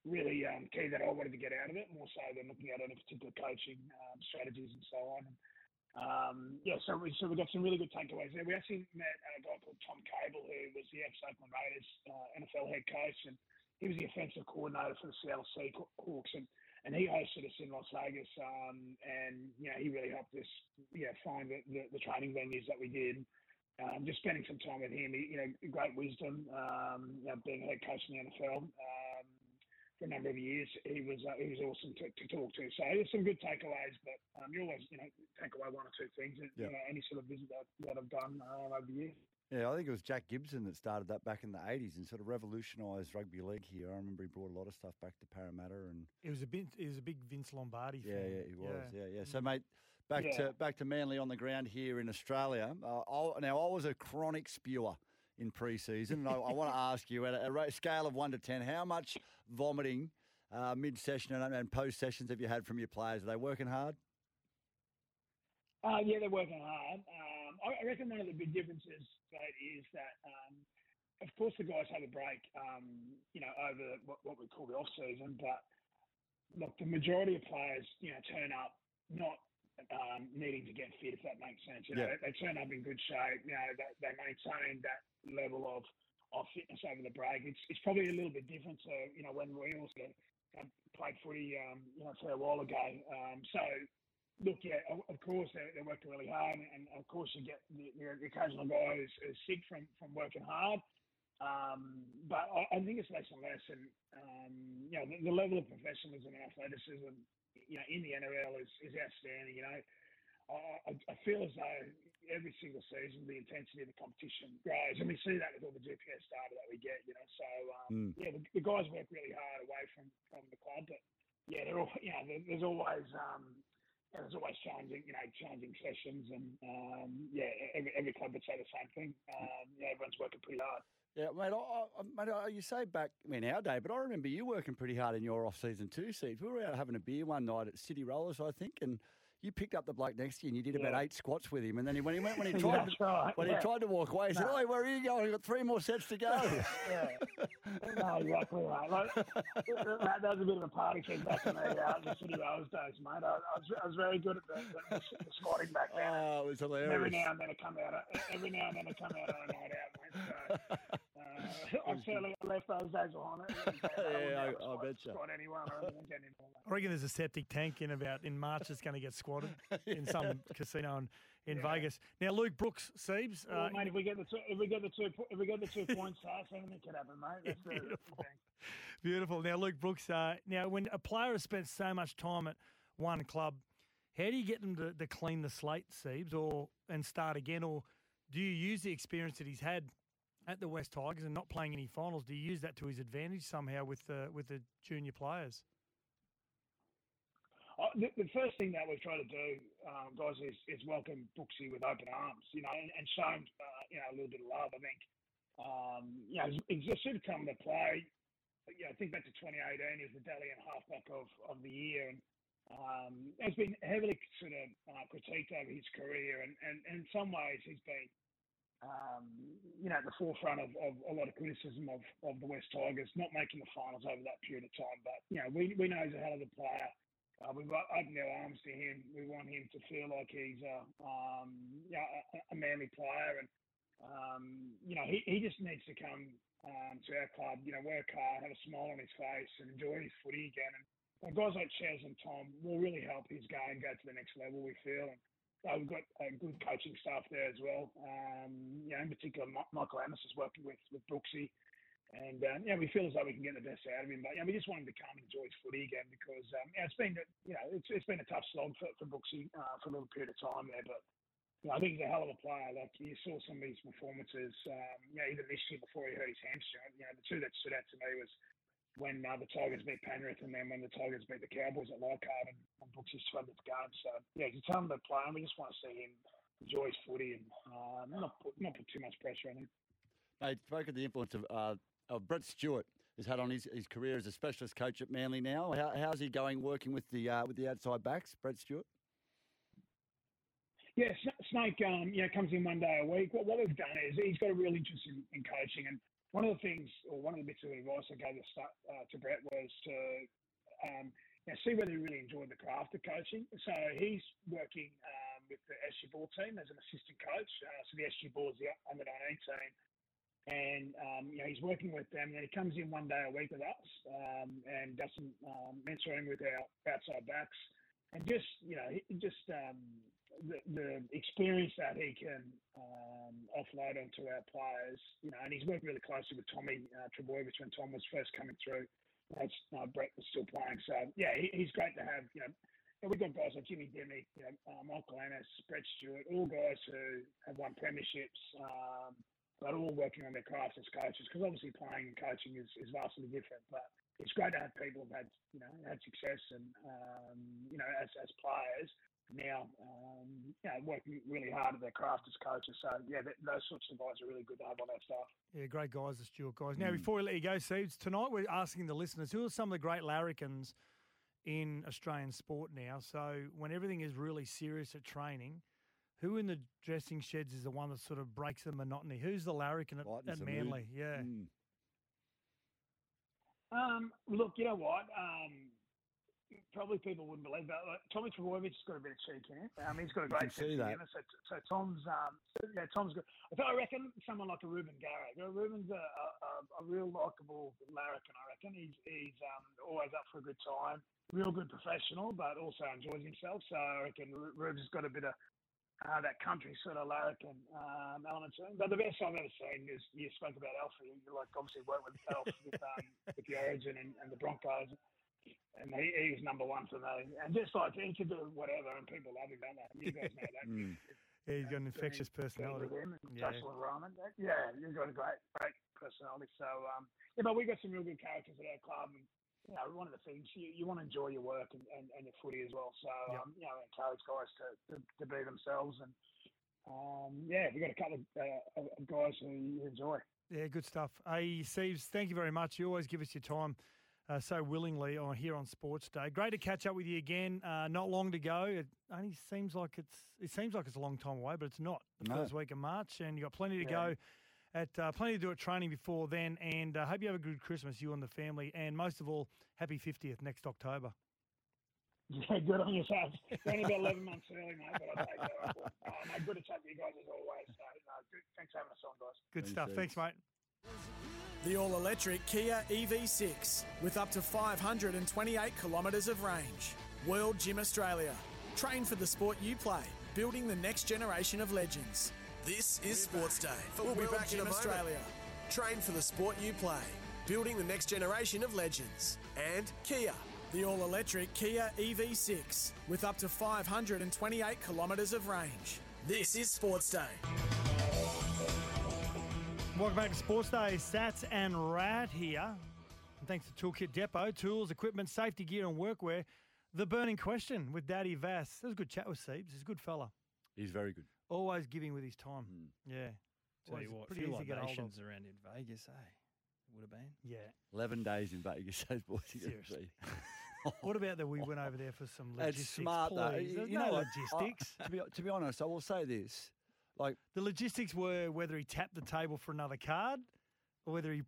really um, key that I wanted to get out of it, more so than looking at any particular coaching um, strategies and so on. Um, yeah, so we so we got some really good takeaways there. We actually met a guy called Tom Cable, who was the ex Oakland Raiders uh, NFL head coach, and he was the offensive coordinator for the Seattle Seahawks, and and he hosted us in Las Vegas. Um, and you know, he really helped us, you know, find the, the, the training venues that we did. Um, just spending some time with him, he, you know, great wisdom. Um, you know, being a head coach in the NFL. Um, for a number of years, he was uh, he was awesome to, to talk to. So there's some good takeaways, but um, you always you know take away one or two things. And,
Yeah.
You know, any sort of visit that, that I've done um, over the years.
Yeah, I think it was Jack Gibson that started that back in the 80s and sort of revolutionised rugby league here. I remember he brought a lot of stuff back to Parramatta and
It was a big, it was a big Vince Lombardi
yeah,
fan.
yeah, he was. Yeah, Mm. yeah. So mate, back
Yeah.
to back to Manly on the ground here in Australia. Uh, I, now I was a chronic spewer in pre-season and I, I want to ask you at a, a ra- scale of 1 to 10 how much vomiting uh, mid-session and, and post-sessions have you had from your players? Are they working hard?
Uh, yeah, they're working hard. Um, I I reckon one of the big differences, mate, is that, um, of course, the guys have a break, um, you know, over what, what we call the off season. But look, the majority of players, you know, turn up not um, needing to get fit, if that makes sense. You know,
Yeah.
they, they turn up in good shape. You know, they, they maintain that level of, of fitness over the break. It's, it's probably a little bit different to, you know, when we all sort of um, played footy, um, you know, for a while ago. Um, so look, yeah, o- of course they're, they're working really hard, and, and of course you get the, the occasional guy who's, who's sick from, from working hard. Um, but I, I think it's based on lesson. Um, you know, the, the level of professionalism and athleticism, you know, in the NRL is, is outstanding. You know, I, I- I feel as though every single season the intensity of the competition grows, and we see that with all the GPS data that we get. You know, so um,
Mm.
yeah, the, the guys work really hard away from, from the club, but yeah, they're all you know, there, there's always um, yeah, there's always challenging, you know, challenging sessions, and um, yeah, every, every club would say the same thing. Um, yeah, everyone's working pretty hard.
Yeah, mate. I, I, mate I, you say back I mean, our day, but I remember you working pretty hard in your off season too, Seeds. We were out having a beer one night at City Rollers, I think, and you picked up the bloke next to you and you did about
Yeah.
eight squats with him. And then he, when he went, when he tried,
That's
to,
right,
when
yeah.
he tried to walk away, he said,
No.
"Oh, where are you going? I've got three more sets to go."
Yeah. no, exactly right. Like, that, that was a bit of a party kick back in the, uh, the city those days, mate. I, I, was, I was very good at the, the, the squatting back then.
oh, it was
And every
hilarious.
now and then I come out. uh, Every now and then I come out on a night out, mate. So uh, I've certainly left those days behind.
Yeah, I- I
squat,
betcha.
Squat anyone or anything anymore. mate.
I reckon there's a septic tank in about in March that's going to get squatted in some casino in, in Vegas. Now, Luke Brooks, Siebes,
Well,
uh,
mate, if we get the two, if we get the two, po- if we get the two points, that's anything could happen, mate. That's the, that's the thing.
beautiful. Now, Luke Brooks, uh, now when a player has spent so much time at one club, how do you get them to, to clean the slate, Siebes, or and start again, or do you use the experience that he's had at the West Tigers and not playing any finals? Do you use that to his advantage somehow with the with the junior players?
Uh, the, the first thing that we try to do, um, guys, is, is welcome Brooksy with open arms, you know, and, and show him, uh, you know, a little bit of love. I think, um, you know, he's just sort of come to play. You know, I think back to 2018, he was the Dalian halfback of, of the year, and um, has been heavily sort of uh, critiqued over his career, and, and, and in some ways he's been, um, you know, at the forefront of, of a lot of criticism of, of the West Tigers, not making the finals over that period of time. But you know, we we know he's a hell of a player. Uh, we've o- opened our arms to him. We want him to feel like he's a, um, you know, a, a manly player, and um, you know he, he just needs to come um, to our club. You know, work hard, have a smile on his face, and enjoy his footy again. And and guys like Chaz and Tom will really help his game go to the next level. We feel. And, uh, we've got a good coaching staff there as well. Um, you know, in particular, Mi- Michael Amos is working with with Brooksy. And um, yeah, we feel as though we can get the best out of him, but yeah, we just want him to come and enjoy his footy again because um, yeah, it's been you know it's, it's been a tough slog for for Brooksy uh, for a little period of time there, but you know, I think he's a hell of a player. Like you saw some of his performances, um, you know, even this year before he hurt his hamstring. You know, the two that stood out to me was when uh, the Tigers beat Penrith and then when the Tigers beat the Cowboys at Leichhardt and, and Brooksy's 12th game. So yeah, you tell him to play, and we just want to see him enjoy his footy and um, not put not put too much pressure on him.
Mate, spoke of the influence of, uh, of Brett Stewart has had on his, his career as a specialist coach at Manly now. How, how's he going working with the uh, with the outside backs, Brett Stewart?
Yeah, Sna- Snake, um, you know, comes in one day a week. What, what we've done is he's got a real interest in, in coaching, and one of the things, or one of the bits of advice I gave to, Sta- uh, to Brett was to um, you know, see whether he really enjoyed the craft of coaching. So he's working um, with the SG Ball team as an assistant coach. Uh, so the SG Ball is the under 19 team, and um, you know, he's working with them. And he comes in one day a week with us um, and does some um, mentoring with our outside backs and just you know he- just um, the, the experience that he can um, offload onto our players, you know, and he's worked really closely with Tommy uh, Trebojevic when Tom was first coming through. That's uh, Brett was still playing, so yeah, he, he's great to have. You know, and we've got guys like Jimmy Demi, you know, uh, Michael Annis, Brett Stewart, all guys who have won premierships. Um, but all working on their craft as coaches, because obviously playing and coaching is, is vastly different. But it's great to have people who've had you know had success and um, you know as as players now um, you know working really hard at their craft as coaches. So yeah, th those sorts of guys are really good to have on our staff.
Yeah, great guys, the Stuart guys. Now, before we let you go, Seeds, tonight we're asking the listeners who are some of the great larrikins in Australian sport now. So, when everything is really serious at training, who in the dressing sheds is the one that sort of breaks the monotony? Who's the larrikin at,
Lightens
at
the mood.
Manly? Yeah.
Mm.
Um, look, you know what? Um, probably people wouldn't believe that. Like, Tommy Trebojevic has got a bit of cheek in it. Um, he's got a
can
great sense
see
of
that.
humour. So, so Tom's, um, yeah, Tom's good. I thought- I reckon someone like a Ruben Garrick. You know, Ruben's a, a, a- a real likable larrikin. I reckon he's he's um, always up for a good time. Real good professional, but also enjoys himself. So I reckon Ru- Ruben's got a bit of uh, that country sort of lyric and um, element to it. But the best I've ever seen is you spoke about Alf. You, you like obviously worked with Alf with, um, with the Origin and, and the Broncos, and he, he was number one for me. And just like he could do whatever, and people love him, don't they? You guys know that.
Mm.
Yeah, he's got an infectious personality. Yeah.
Yeah. Social environment. That- Yeah, you've got a great, great personality. So, um, yeah, but we've got some real good characters at our club. And, you know, one of the things you, you want to enjoy your work and, and, and your footy as well. So, um, you know, encourage guys to, to, to be themselves. And um, yeah, we've got a couple of, uh, of- of guys who you enjoy.
Yeah, good stuff. Hey, Sieves, thank you very much. You always give us your time uh, so willingly on here on Sports Day. Great to catch up with you again. Uh, not long to go. It only seems like it's it seems like it's a long time away, but it's not. The
No.
first week of March, and you got plenty to go. At uh, plenty to do at training before then, and uh, hope you have a good Christmas, you and the family, and most of all, happy fiftieth next October.
Yeah, good on yourself. You're only about 11 months early, mate, but I'll take that. Uh, mate, good to chat to you guys as always. So, no, good, thanks for having us on, guys.
Good stuff. Thanks, mate.
The all electric Kia EV6 with up to 528 kilometres of range. World Gym Australia. Train for the sport you play, building the next generation of legends. This is Sports Day for
We'll be
World
back in
Gym
a moment.
Australia. Train for the sport you play, building the next generation of legends.
And Kia.
The all electric Kia EV6 with up to 528 kilometres of range. This is Sports Day.
Welcome back to Sports Day. Sats and Rat here. And thanks to Toolkit Depot, tools, equipment, safety gear, and workwear. The burning question with Daddy Vass. That was a good chat with Siebes. He's a good fella.
He's very good.
Always giving with his time.
Hmm.
Yeah.
Tell
Always
you what,
pretty
few
easy to get hold of.
libations around in Vegas, eh? Would have been.
Yeah.
11 days in Vegas, those boys. are gonna
Seriously.
be-
What about that we went over there for some
It's
logistics?
smart, though.
please?
You-
There's
you
no
know what? I-
logistics.
to, be, to be honest, I will say this. Like,
the logistics were whether he tapped the table for another card or whether he,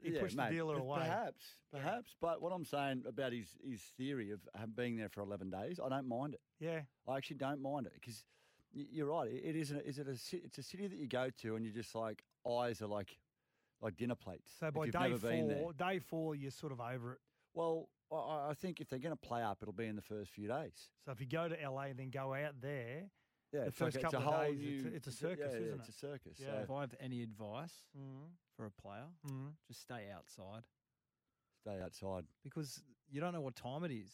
he
yeah,
pushed
mate,
the dealer
per-
away.
Perhaps, perhaps. But what I'm saying about his, his theory of um, being there for 11 days, I don't mind it.
Yeah.
I actually don't mind it because you're right. It it is. An, is it a? ci- It's a city that you go to, and you're just like eyes are like, like dinner plates.
So
if
by
you've
day
never been there.
four, day four, you're sort of over it.
well, I- I, I think if they're going to play up, it'll be in the first few days.
So if you go to LA and then go out there,
Yeah,
The
it's like
first
a- it's a
couple of
whole
days, it's a-
new-
it's a
Oh, yeah,
circus,
yeah,
isn't
It's
it?
a circus.
Yeah. Mm-hmm.
So
If I have any advice for a player,
Mm.
just stay outside
stay outside.
because you don't know what time it is.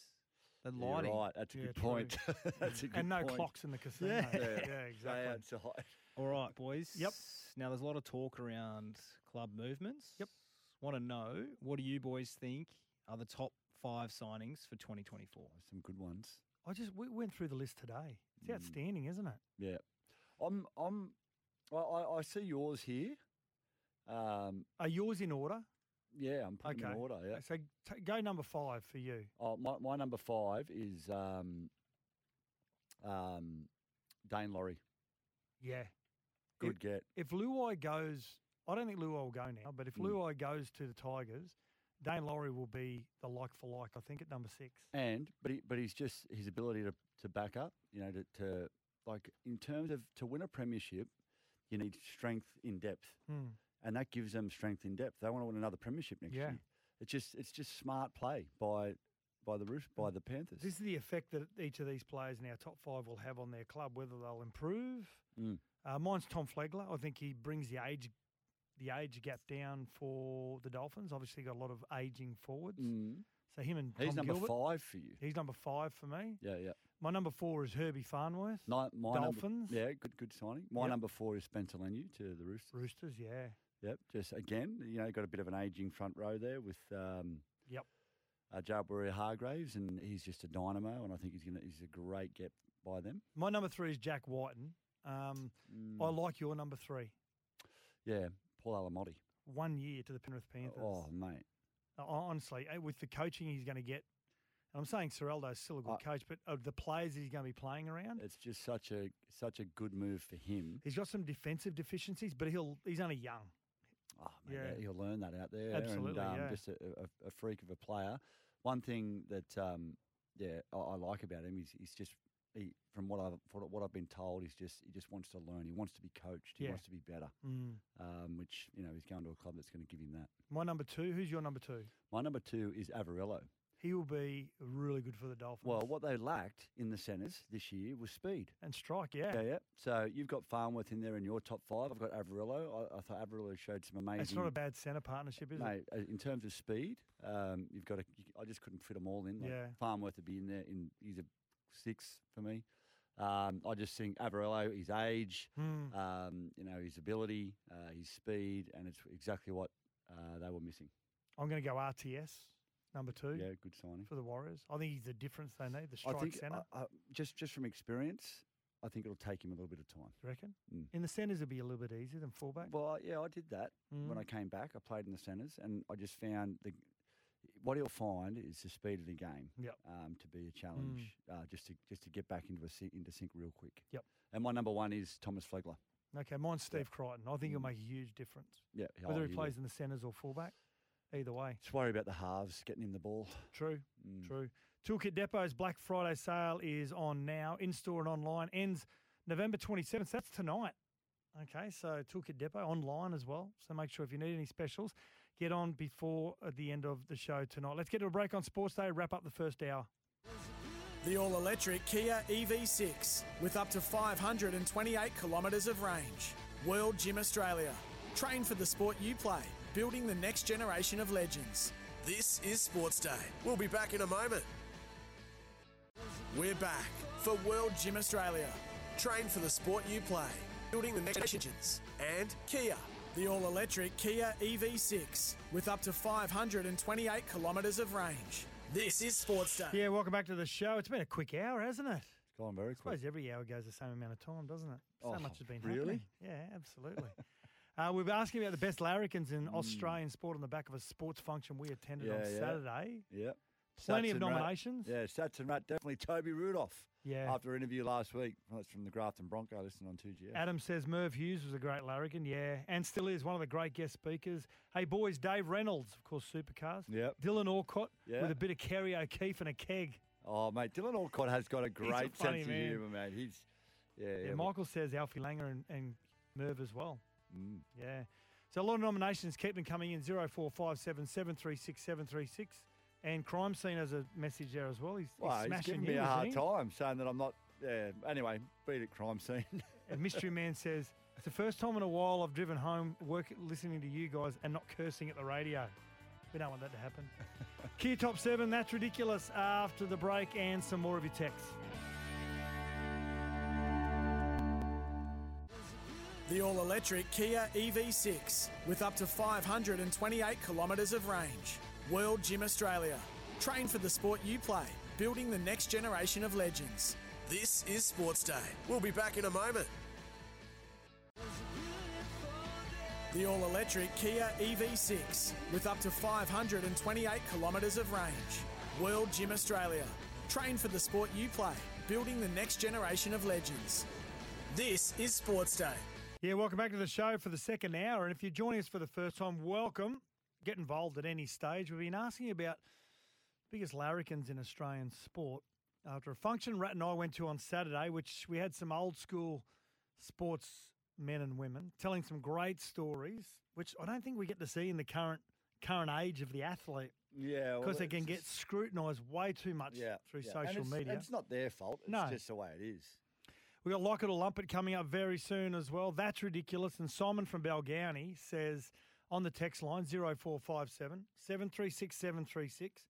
The
Yeah, you're
lighting.
right. That's a
Yeah,
good
true.
point. That's a good
and no
point.
clocks in the casino.
Yeah.
yeah,
Yeah. Stay
exactly.
outside.
All right, boys.
Yep.
Now there's a lot of talk around club movements.
Yep.
Want to know what do you boys think are the top five signings for 2024?
Some good ones.
I just we went through the list today. It's
Mm.
outstanding, isn't it?
Yeah, I'm. I'm. I, I, I see yours here. Um.
Are yours in order?
Yeah, I'm putting them
Okay.
in order. Yeah.
So t- go number five for you.
Oh, my, my number five is um, um, Dane Laurie.
Yeah.
Good get.
If Luai goes, I don't think Luai will go now, but if
Mm.
Luai goes to the Tigers, Dane Laurie will be the like for like, I think, at number six.
And but he, but he's just his ability to, to back up. You know, to, to like in terms of to win a premiership, you need strength in depth,
Hmm.
and that gives them strength in depth. They want to win another premiership next
Yeah.
year. It's just it's just smart play by by the Roos- by the Panthers.
This is the effect that each of these players in our top five will have on their club, whether they'll improve.
Mm.
Uh, mine's Tom Flegler. I think he brings the age, the age gap down for the Dolphins. Obviously, got a lot of aging forwards.
Mm.
So him and
He's
Tom
number
Gilbert.
five for you.
He's number five for me.
Yeah, yeah.
My number four is Herbie Farnworth.
Ni- my number-
Dolphins.
yeah, good good signing. My
Yep.
number four is Spencer Lenu to the Roosters.
Roosters, yeah.
Yep. Just again, you know, got a bit of an aging front row there with um,
Yep.
uh, Jalbury Hargraves, and he's just a dynamo, and I think he's gonna he's a great get by them.
My number three is Jack Whiten. Um,
Mm.
I like your number three.
Yeah, Paul Alamotti.
One year to the Penrith Panthers.
Oh mate,
Uh, hon- Honestly, eh, with the coaching he's going to get, and I'm saying Seraldo's still a good
I-
coach, but of the players he's going to be playing around,
it's just such a such a good move for him.
he's got some defensive deficiencies, but he'll he's only young.
Oh, mate,
Yeah.
yeah. he'll learn that out there.
Absolutely,
and, um,
yeah.
Just a, a, a freak of a player. One thing that um, yeah, I, I like about him is he's just he, from what I've from what I've been told, he's just he just wants to learn. He wants to be coached. He
Yeah.
wants to be better.
Mm.
Um, which you know he's going to a club that's going to give him that.
My number two, who's your number two?
My number two is Avarillo.
He will be really good for the Dolphins.
Well, what they lacked in the centres this year was speed.
and strike, yeah.
Yeah, yeah. So you've got Farnworth in there in your top five. I've got Averillo. I, I thought Averillo showed some amazing.
It's not a bad centre partnership, is it?
Mate, uh, in terms of speed, um, you've got. A, you, I just couldn't fit them all in. Like
Yeah.
Farnworth would be in there. In he's a six for me. Um, I just think Averillo, his age,
Hmm.
um, you know, his ability, uh, his speed, and it's exactly what uh, they were missing.
I'm going to go RTS, number two,
Yeah, good signing.
for the Warriors. I think he's the difference they need, the
I
strike
think uh,
centre.
I, I, just just from experience, I think it'll take him a little bit of time.
Do you reckon?
Mm.
In the centres, it'd be a little bit easier than fullback. Mm.
Well, yeah, I did that when I came back. I played in the centres, and I just found the what he'll find is the speed of the game
Yep. Mm.
um, to be a challenge, uh, just to just to get back into a syn- into sync real quick.
Yep.
And my number one is Thomas Flegler.
Okay, mine's Steve Crichton. I think it'll make a huge difference.
Mm. Yeah,
Whether
oh,
he
will.
plays in the centres or fullback, either way.
Just worry about the halves getting him the ball. Mm.
True, true. Toolkit Depot's Black Friday sale is on now, in store and online. Ends November 27th. That's tonight. Okay, so Toolkit Depot online as well. So make sure if you need any specials, get on before uh, the end of the show tonight. Let's get to a break on Sports Day, wrap up the first hour.
The all electric Kia EV6 with up to 528 kilometres of range. World Gym Australia. Train for the sport you play, building the next generation of legends. This is Sports Day. We'll be back in a moment. We're back for World Gym Australia. Train for the sport you play, building the next generations. And Kia. The all electric Kia EV6 with up to 528 kilometres of range. This is Sports Day.
Yeah, welcome back to the show. It's been a quick hour, hasn't it?
It's gone very
I
quick.
suppose every hour goes the same amount of time, doesn't it? So
Oh,
much has been
really?
happening. Yeah, absolutely. uh, we were asking about the best larrikins in Australian sport on the back of a sports function we attended on
Mm. Yeah, yeah.
Saturday.
Yeah.
Plenty
Sats
of
and Rat.
nominations.
Yeah, Sats and Rat definitely. Toby Rudolph.
Yeah.
After an interview last week, well, it's from the Grafton Bronco. Listen on two G.
Adam says Merv Hughes was a great larrikin, yeah, and still is one of the great guest speakers. Hey, boys, Dave Reynolds, of course, supercars.
Yep.
Dylan Orcott
Yeah.
with a bit of Kerry O'Keefe and a keg.
Oh, mate, Dylan Alcott has got a great
funny
sense of
man.
humour, mate. He's yeah,
Yeah,
yeah,
Michael says Alfie Langer and, and Merv as well.
Mm.
Yeah. So a lot of nominations keep them coming in 0457 736 736. And Crime Scene has a message there as well. He's, he's
Well, he's
smashing
giving
you,
me a
isn't
hard
he?
time saying that I'm not. Yeah. Anyway, beat it, crime scene.
And Mystery Man says, It's the first time in a while I've driven home work listening to you guys and not cursing at the radio. We don't want that to happen. Key Top 7, that's ridiculous. After the break and some more of your texts.
The all electric Kia EV6 with up to 528 kilometres of range. World Gym Australia. Train for the sport you play, building the next generation of legends. This is Sports Day. We'll be back in a moment. The all electric Kia EV6 with up to 528 kilometres of range. World Gym Australia. Train for the sport you play, building the next generation of legends. This is Sports Day.
Yeah, welcome back to the show for the second hour. And if you're joining us for the first time, welcome. Get involved at any stage. We've been asking about biggest larrikins in Australian sport after a function Rat and I went to on Saturday, which we had some old school sports men and women telling some great stories, which I don't think we get to see in the current current age of the athlete
yeah. uh,
because they can get scrutinised way too much through
And
social
it's-
media.
It's not their fault. It's
No.
just the way it is.
We got Lockett or Lumpet coming up very soon as well. That's ridiculous. And Simon from Balgowney says on the text line 0457 736 736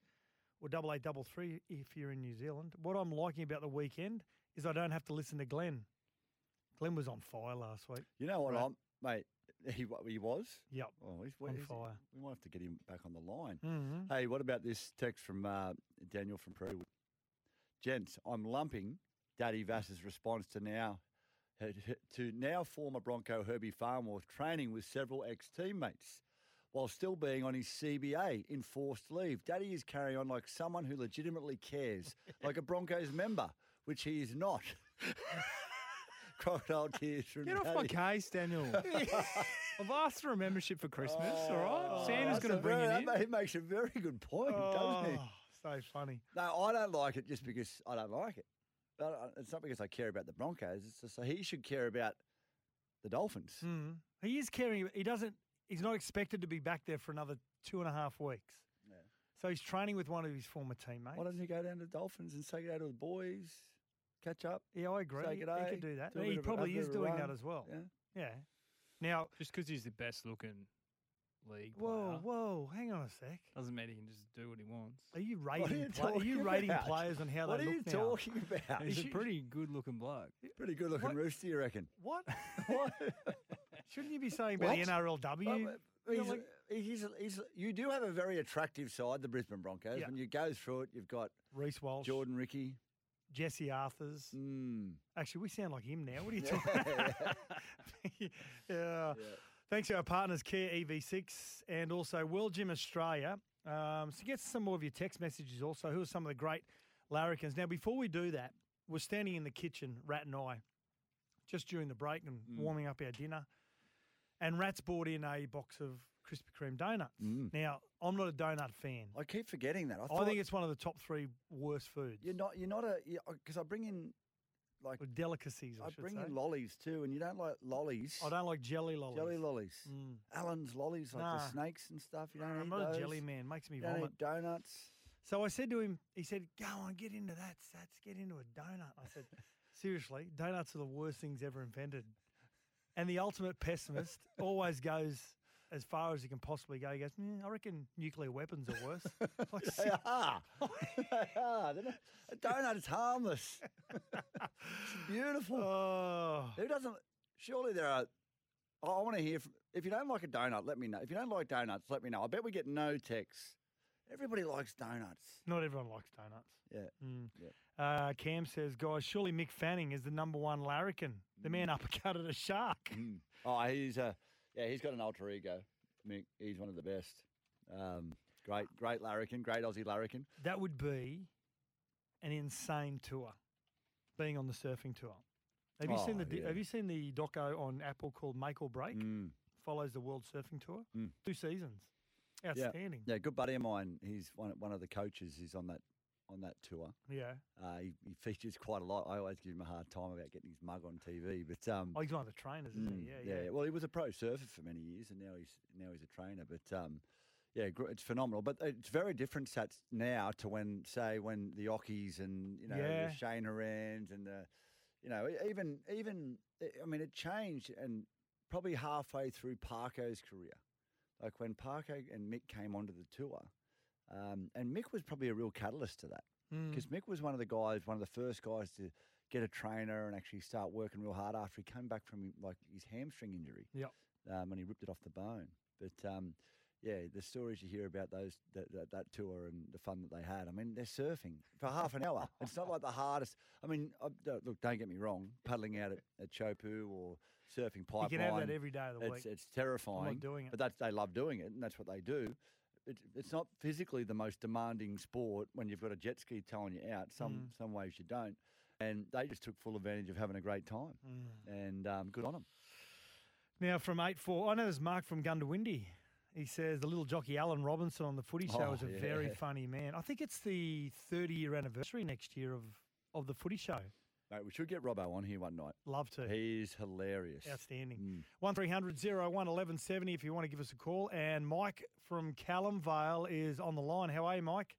or 8833 if you're in New Zealand. What I'm liking about the weekend is I don't have to listen to Glenn. Glenn was on fire last week.
You know what,
Right.
I'm, mate? He wa- he was.
Yep.
Oh, he's where
On
is he?
fire.
We might have to get him back on the line.
Mm-hmm.
Hey, what about this text from uh, Daniel from Prewood? Gents, I'm lumping Daddy Vass's response to now to now former Bronco Herbie Farmworth training with several ex-teammates while still being on his CBA enforced leave. Daddy is carrying on like someone who legitimately cares, like a Broncos member, which he is not. Crocodile tears from
Get off my
Daddy.
case, Daniel. I've asked for a membership for Christmas, all right?
Oh,
Santa's
that's
going
a
to bring
very-
it in.
that ma- He makes a very good point, doesn't he?
Oh, so funny.
No, I don't like it just because I don't like it. But I- it's not because I care about the Broncos. It's just that he should care about the Dolphins.
Mm. He is caring. He doesn't. He's not expected to be back there for another two and a half weeks. So he's training with one of his former teammates.
Why doesn't he go down to Dolphins and say good day to the boys, catch up?
yeah, I agree.
Say
He-
g'day,
he could do that.
do a bit
he
of a-
probably
bit
is
of a
doing that
run.
as well.
Yeah.
yeah. Now,
Just because he's the best looking league
Whoa,
player
whoa, hang on a sec.
doesn't mean he can just do what he wants.
Are you
What
rating?
you
pla- are you
talking
rating
about?
players on how
what
they
are
look
you
now?
talking about?
Is
He's a
she-
pretty good looking bloke.
Pretty good looking
What?
rooster, you reckon?
What?
What?
Shouldn't you be saying about the
What?
NRLW?
Well,
You know,
he's-
like-
he's- he's- you do have a very attractive side, the Brisbane Broncos.
Yeah.
When you go through it, you've got
Reese Walsh,
Jordan Ricky.
Jesse Arthurs.
Mm.
Actually, we sound like him now. What are you talking about? yeah. Thanks to our partners, Care EV6 and also World Gym Australia. Um, so get some more of your text messages also. Who are some of the great larrikins? Now, before we do that, we're standing in the kitchen, Rat and I, just during the break and
Mm.
warming up our dinner. And Rat's brought in a box of Krispy Kreme donuts. Now, I'm not a donut fan.
Mm. I keep forgetting that. I,
I
thought
think it's one of the top three worst foods.
you're not you're not a because I bring in like
Or delicacies, I,
I
should
bring
say.
in lollies too, and you don't like lollies.
I don't like jelly lollies.
jelly lollies.
Mm.
Allen's lollies, like
Nah.
the snakes and stuff. You don't
I'm
eat
not
those.
a jelly man. Makes me
You don't
vomit.
eat donuts.
So I said to him, he said, "Go on, get into that, Sats. Get into a donut." I said, "Seriously, donuts are the worst things ever invented." And the ultimate pessimist always goes as far as he can possibly go. He goes, mm, "I reckon nuclear weapons are worse." Like,
They are. they are. They're not- A donut is harmless. it's beautiful.
oh,
Who doesn't? Surely there are. I want to hear from. If you don't like a donut, let me know. If you don't like donuts, let me know. I bet we get no texts. Everybody likes donuts.
not everyone likes donuts.
Yeah.
Mm.
Yep.
Uh, Cam says, "Guys, surely Mick Fanning is the number one larrikin. The man
Mm.
uppercutted a shark."
Oh, he's a. Yeah, he's got an alter ego. I mean, he's one of the best. Um, great, great larrikin, great Aussie larrikin.
That would be an insane tour, being on the surfing tour. Have you seen
Oh,
the di-
yeah.
Have you seen the doco on Apple called Make or Break?
Mm.
Follows the World Surfing Tour,
Mm.
two seasons, outstanding.
Yeah, good buddy of mine. He's one one of the coaches. He's on that on that tour.
Yeah,
Uh, he, he features quite a lot. I always give him a hard time about getting his mug on TV, but um,
oh, he's one of the trainers, isn't
Mm,
he? Yeah, yeah.
Well, he was a pro surfer for many years, and now he's now he's a trainer. But um, yeah, gr- it's phenomenal. But it's very different sats now to when, say, when the Ockies and you know
Yeah.
the Shane Arans and the, you know, e- even even e, I- I mean, it changed, and probably halfway through Parko's career, like when Parko and Mick came onto the tour. Um, and Mick was probably a real catalyst to that
Mm.
because Mick was one of the guys, one of the first guys to get a trainer and actually start working real hard after he came back from like his hamstring injury.
Yep.
Um, and he ripped it off the bone. But um, yeah, the stories you hear about those that, that, that tour and the fun that they had. I mean, they're surfing for half an hour. it's not like the hardest. I mean, I, don't- look, don't get me wrong. Paddling out at, at Chopu or surfing
You
pipeline.
can have that every day of the
it's,
week.
it's terrifying.
doing it.
But that's, they love doing it, and that's what they do it, it's not physically the most demanding sport when you've got a jet ski towing you out. Some
Mm.
some ways you don't, and they just took full advantage of having a great time,
Mm.
and um, good on them.
Now from eight four, I know there's Mark from Gundawindi. He says the little jockey Alan Robinson on the Footy Show
Oh,
is a very
yeah.
funny man. I think it's the 30 year anniversary next year of of the Footy Show.
Mate, we should get Robbo on here one night.
Love to.
He's hilarious. Mm.
Outstanding. One 1170 if you want to give us a call. And Mike from Callum Vale is on the line. How are you, Mike?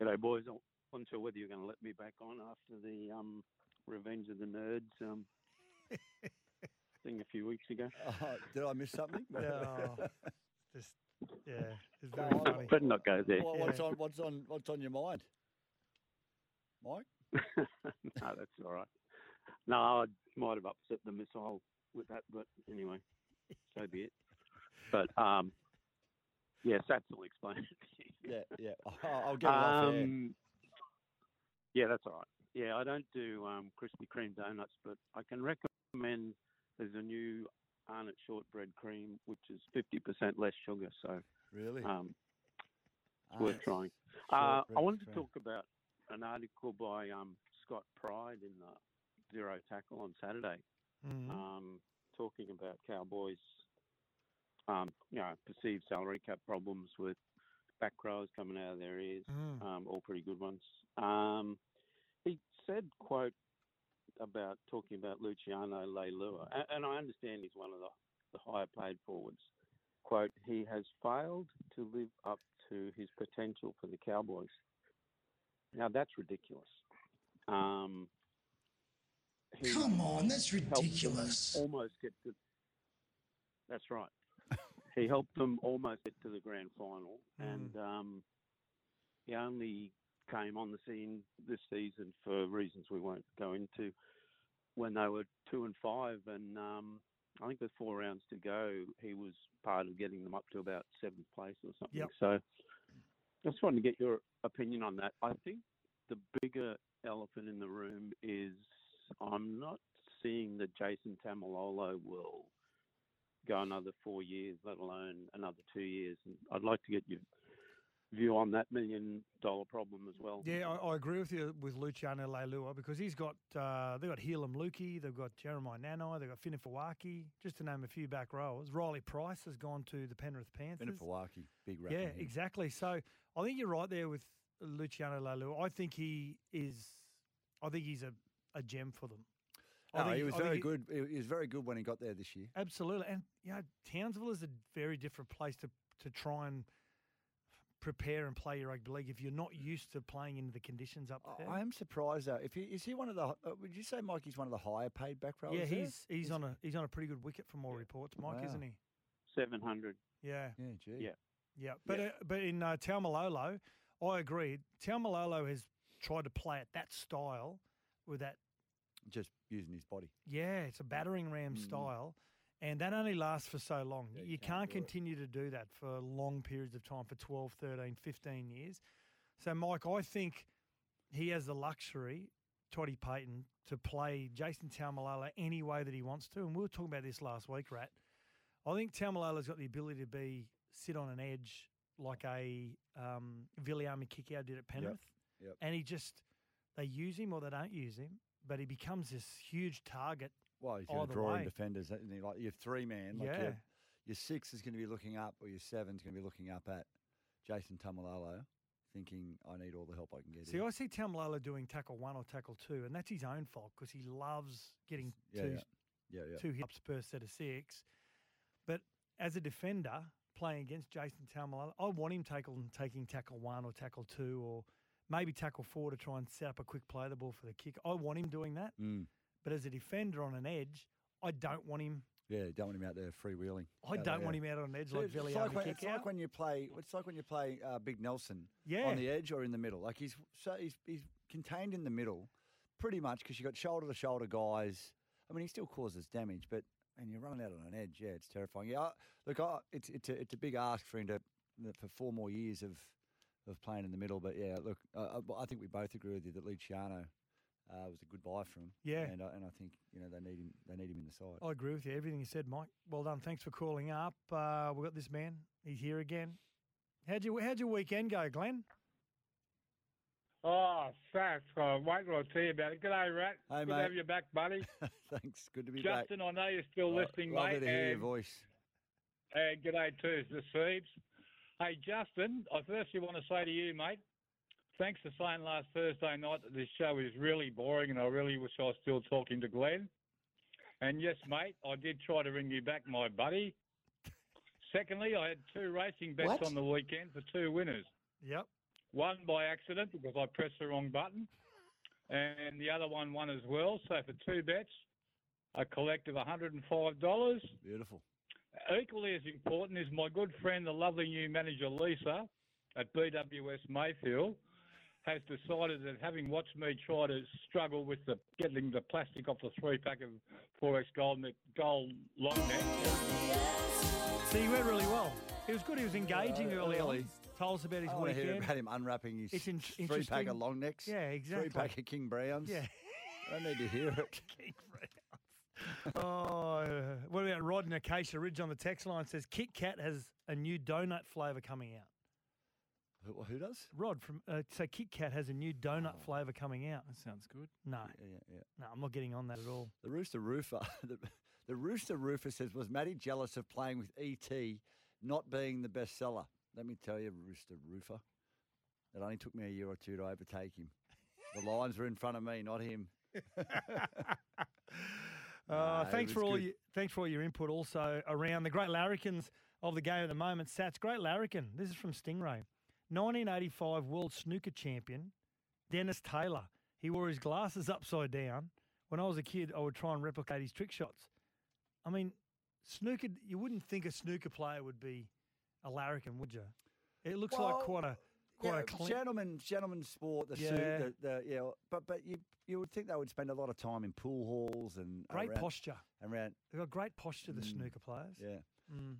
G'day, boys. I'm unsure whether you're going to let me back on after the um, Revenge of the Nerds um, thing a few weeks ago.
Oh, did I miss something?
Oh, just yeah, it's very
Go on.
funny.
Better not go there.
What-
Yeah.
what's on What's on What's on your mind, Mike?
no, that's all right. No, I might have upset the missile with that, but anyway, so be it. But um, yeah, Sats will explain it.
Yeah, yeah. I'll, I'll get it off air.
Um, yeah, that's all right. Yeah, I don't do um, Krispy Kreme donuts, but I can recommend there's a new Arnott shortbread cream, which is 50% less sugar, so
Really?
um,
Ah,
worth
it's
trying. Uh,
shortbread
I wanted to
cream.
talk about an article by um, Scott Pride in the Zero Tackle on Saturday
Mhm.
um, talking about Cowboys, um, you know, perceived salary cap problems with back rows coming out of their ears,
Mm.
um, all pretty good ones. Um, he said, quote, about talking about Luciano Leilua, and, and I understand he's one of the, the higher paid forwards. quote, he has failed to live up to his potential for the Cowboys. Now that's ridiculous. Um, he
Come on, that's
helped them
ridiculous.
Almost get to. That's right. he helped them almost get to the grand final,
Mm. Hmm.
and um, he only came on the scene this season for reasons we won't go into. When they were two and five, and um, I think with four rounds to go, he was part of getting them up to about seventh place or something.
Yep.
So, I just wanted to get your opinion on that. I think the bigger elephant in the room is I'm not seeing the Jason Tamalolo will go another four years, let alone another two years. And I'd like to get your view on that million dollar problem as well.
Yeah, I, I agree with you with Luciano Leilua because he's got uh, they've got Helam Lukey, they've got Jeremiah Nanai, they've got Finifawaki, just to name a few back rowers. Riley Price has gone to the Penrith Panthers.
Finifawaki, big rap. on
Yeah,
him.
exactly. So I think you're right there with Luciano Leilua. I think he is. I think he's a, a gem for them. I
No,
think
Oh, he was
I think
very good. He he was very good when he got there this year.
Absolutely, and you know, Townsville is a very different place to to try and prepare and play your rugby league if you're not used to playing in the conditions up there.
I am surprised though. If he is he one of the, h- uh, would you say Mikey's one of the higher paid back rowers?
yeah,
there?
he's he's on a he's on a pretty good wicket from all reports, Mike,
Wow.
isn't he?
700.
Yeah.
Yeah, gee.
Yeah.
Yeah, but Uh, but in uh, Taumalolo, I agree. Taumalolo has tried to play it that style with that
just using his body.
Yeah, it's a battering ram style, and that only lasts for so long. Hmm. you, can't, continue to do that for long periods of time for 12, 13, 15 years. So, Mike, I think he has the luxury, Toddy Payton, to play Jason Taumalala any way that he wants to. And we were talking about this last week, Rat. I think Taumalala's got the ability to be sit on an edge like a um, Viliami Kikau did at Penrith
Yep.
and he just they use him or they don't use him, but he becomes this huge target.
Well, he's going
either
to draw
way.
in defenders, isn't he? Like your three man, like
Oh, Yeah.
your, your six is going to be looking up, or your seven's going to be looking up at Jason Tamalalo, thinking I need all the help I can get.
See,
here."
I see Tamalolo doing tackle one or tackle two, and that's his own fault because he loves getting
yeah,
two
yeah. yeah, yeah.
two hits per set of six. But as a defender playing against Jason Tamalolo, I want him tackling taking tackle one or tackle two or maybe tackle four to try and set up a quick play of the ball for the kick. I want him doing that.
Mm.
But as a defender on an edge, I don't want him.
Yeah, don't want him out there freewheeling.
I don't
out there,
want
yeah.
him out on an edge
So
like
it's, it's like
Viliami
when, it's
Kikau.
like when you play. It's like when you play uh, Big Nelson
Yeah.
on the edge or in the middle. Like he's so he's, he's contained in the middle, pretty much because you got shoulder to shoulder guys. I mean, he still causes damage, but and you're running out on an edge. Yeah, it's terrifying. Yeah, I- look, I, it's it's a, it's a big ask for him to for four more years of of playing in the middle. But yeah, look, uh, I think we both agree with you that Luciano. Uh, was a good buy from him.
Yeah.
and I, and I think you know they need him. They need him in the side.
I agree with you. Everything you said, Mike. Well done. Thanks for calling up. Uh, we got this man. He's here again. How'd you How'd your weekend go, Glenn?
Oh, thanks. I wait till I tell you about it. G'day, Rat.
Hey,
Good to
mate.
have you back, buddy.
Thanks, good to be back.
Justin, I know you're still
Lo-
listening,
lovely
mate.
Uh, to hear
um,
your
and,
voice.
and Uh, g'day too, the Seebs. Hey, Justin, I firstly want to say to you, mate, thanks for saying last Thursday night that this show is really boring, and I really wish I was still talking to Glenn. And yes, mate, I did try to ring you back, my buddy. Secondly, I had two racing bets
What?
on the weekend for two winners.
Yep.
One by accident because I pressed the wrong button, and the other one won as well. So for two bets, a collective $105.
Beautiful.
Equally as important is my good friend, the lovely new manager Lisa at BWS Mayfield, has decided that having watched me try to struggle with the getting the plastic off the three pack of Forex Gold Net Gold Long Neck.
So you went really well. It was good. He was engaging
Uh,
early,
early.
on. Told us about his
I want to
weekend.
hear about him unwrapping his
It's in-
three pack of
interesting.
long necks.
Yeah, exactly.
Three pack of King Browns.
Yeah.
I need to hear it.
oh, uh, what about Rod and Acacia Ridge on the text line? Says Kit Kat has a new donut flavour coming out.
Who, who does?
Rod from uh, so Kit Kat has a new donut flavour coming out.
Oh. That sounds good.
No,
Yeah, yeah, yeah.
no, I'm not getting on that at all.
The Rooster Roofer. The, the Rooster Roofer says, Was Matty jealous of playing with E.T. not being the bestseller? Let me tell you, Rooster Roofer, it only took me a year or two to overtake him. The lines were in front of me, not him.
Uh,
No, it
thanks
was
for all
good.
Uh, your, thanks for all your input also around the Great Larrikins of the game at the moment. Sats, great larrikin. This is from Stingray. 1985 World Snooker Champion, Dennis Taylor. He wore his glasses upside down. When I was a kid, I would try and replicate his trick shots. I mean, snooker, you wouldn't think a snooker player would be a larrikin, would you? It looks
Well,
like quite a quite
yeah,
a clean.
gentleman, gentleman sport. The suit,
Yeah.
the, the, yeah. But but you you would think they would spend a lot of time in pool halls and
Great
around-
posture.
around.
They've got great posture, the
Mm.
snooker players.
Yeah.
Mm.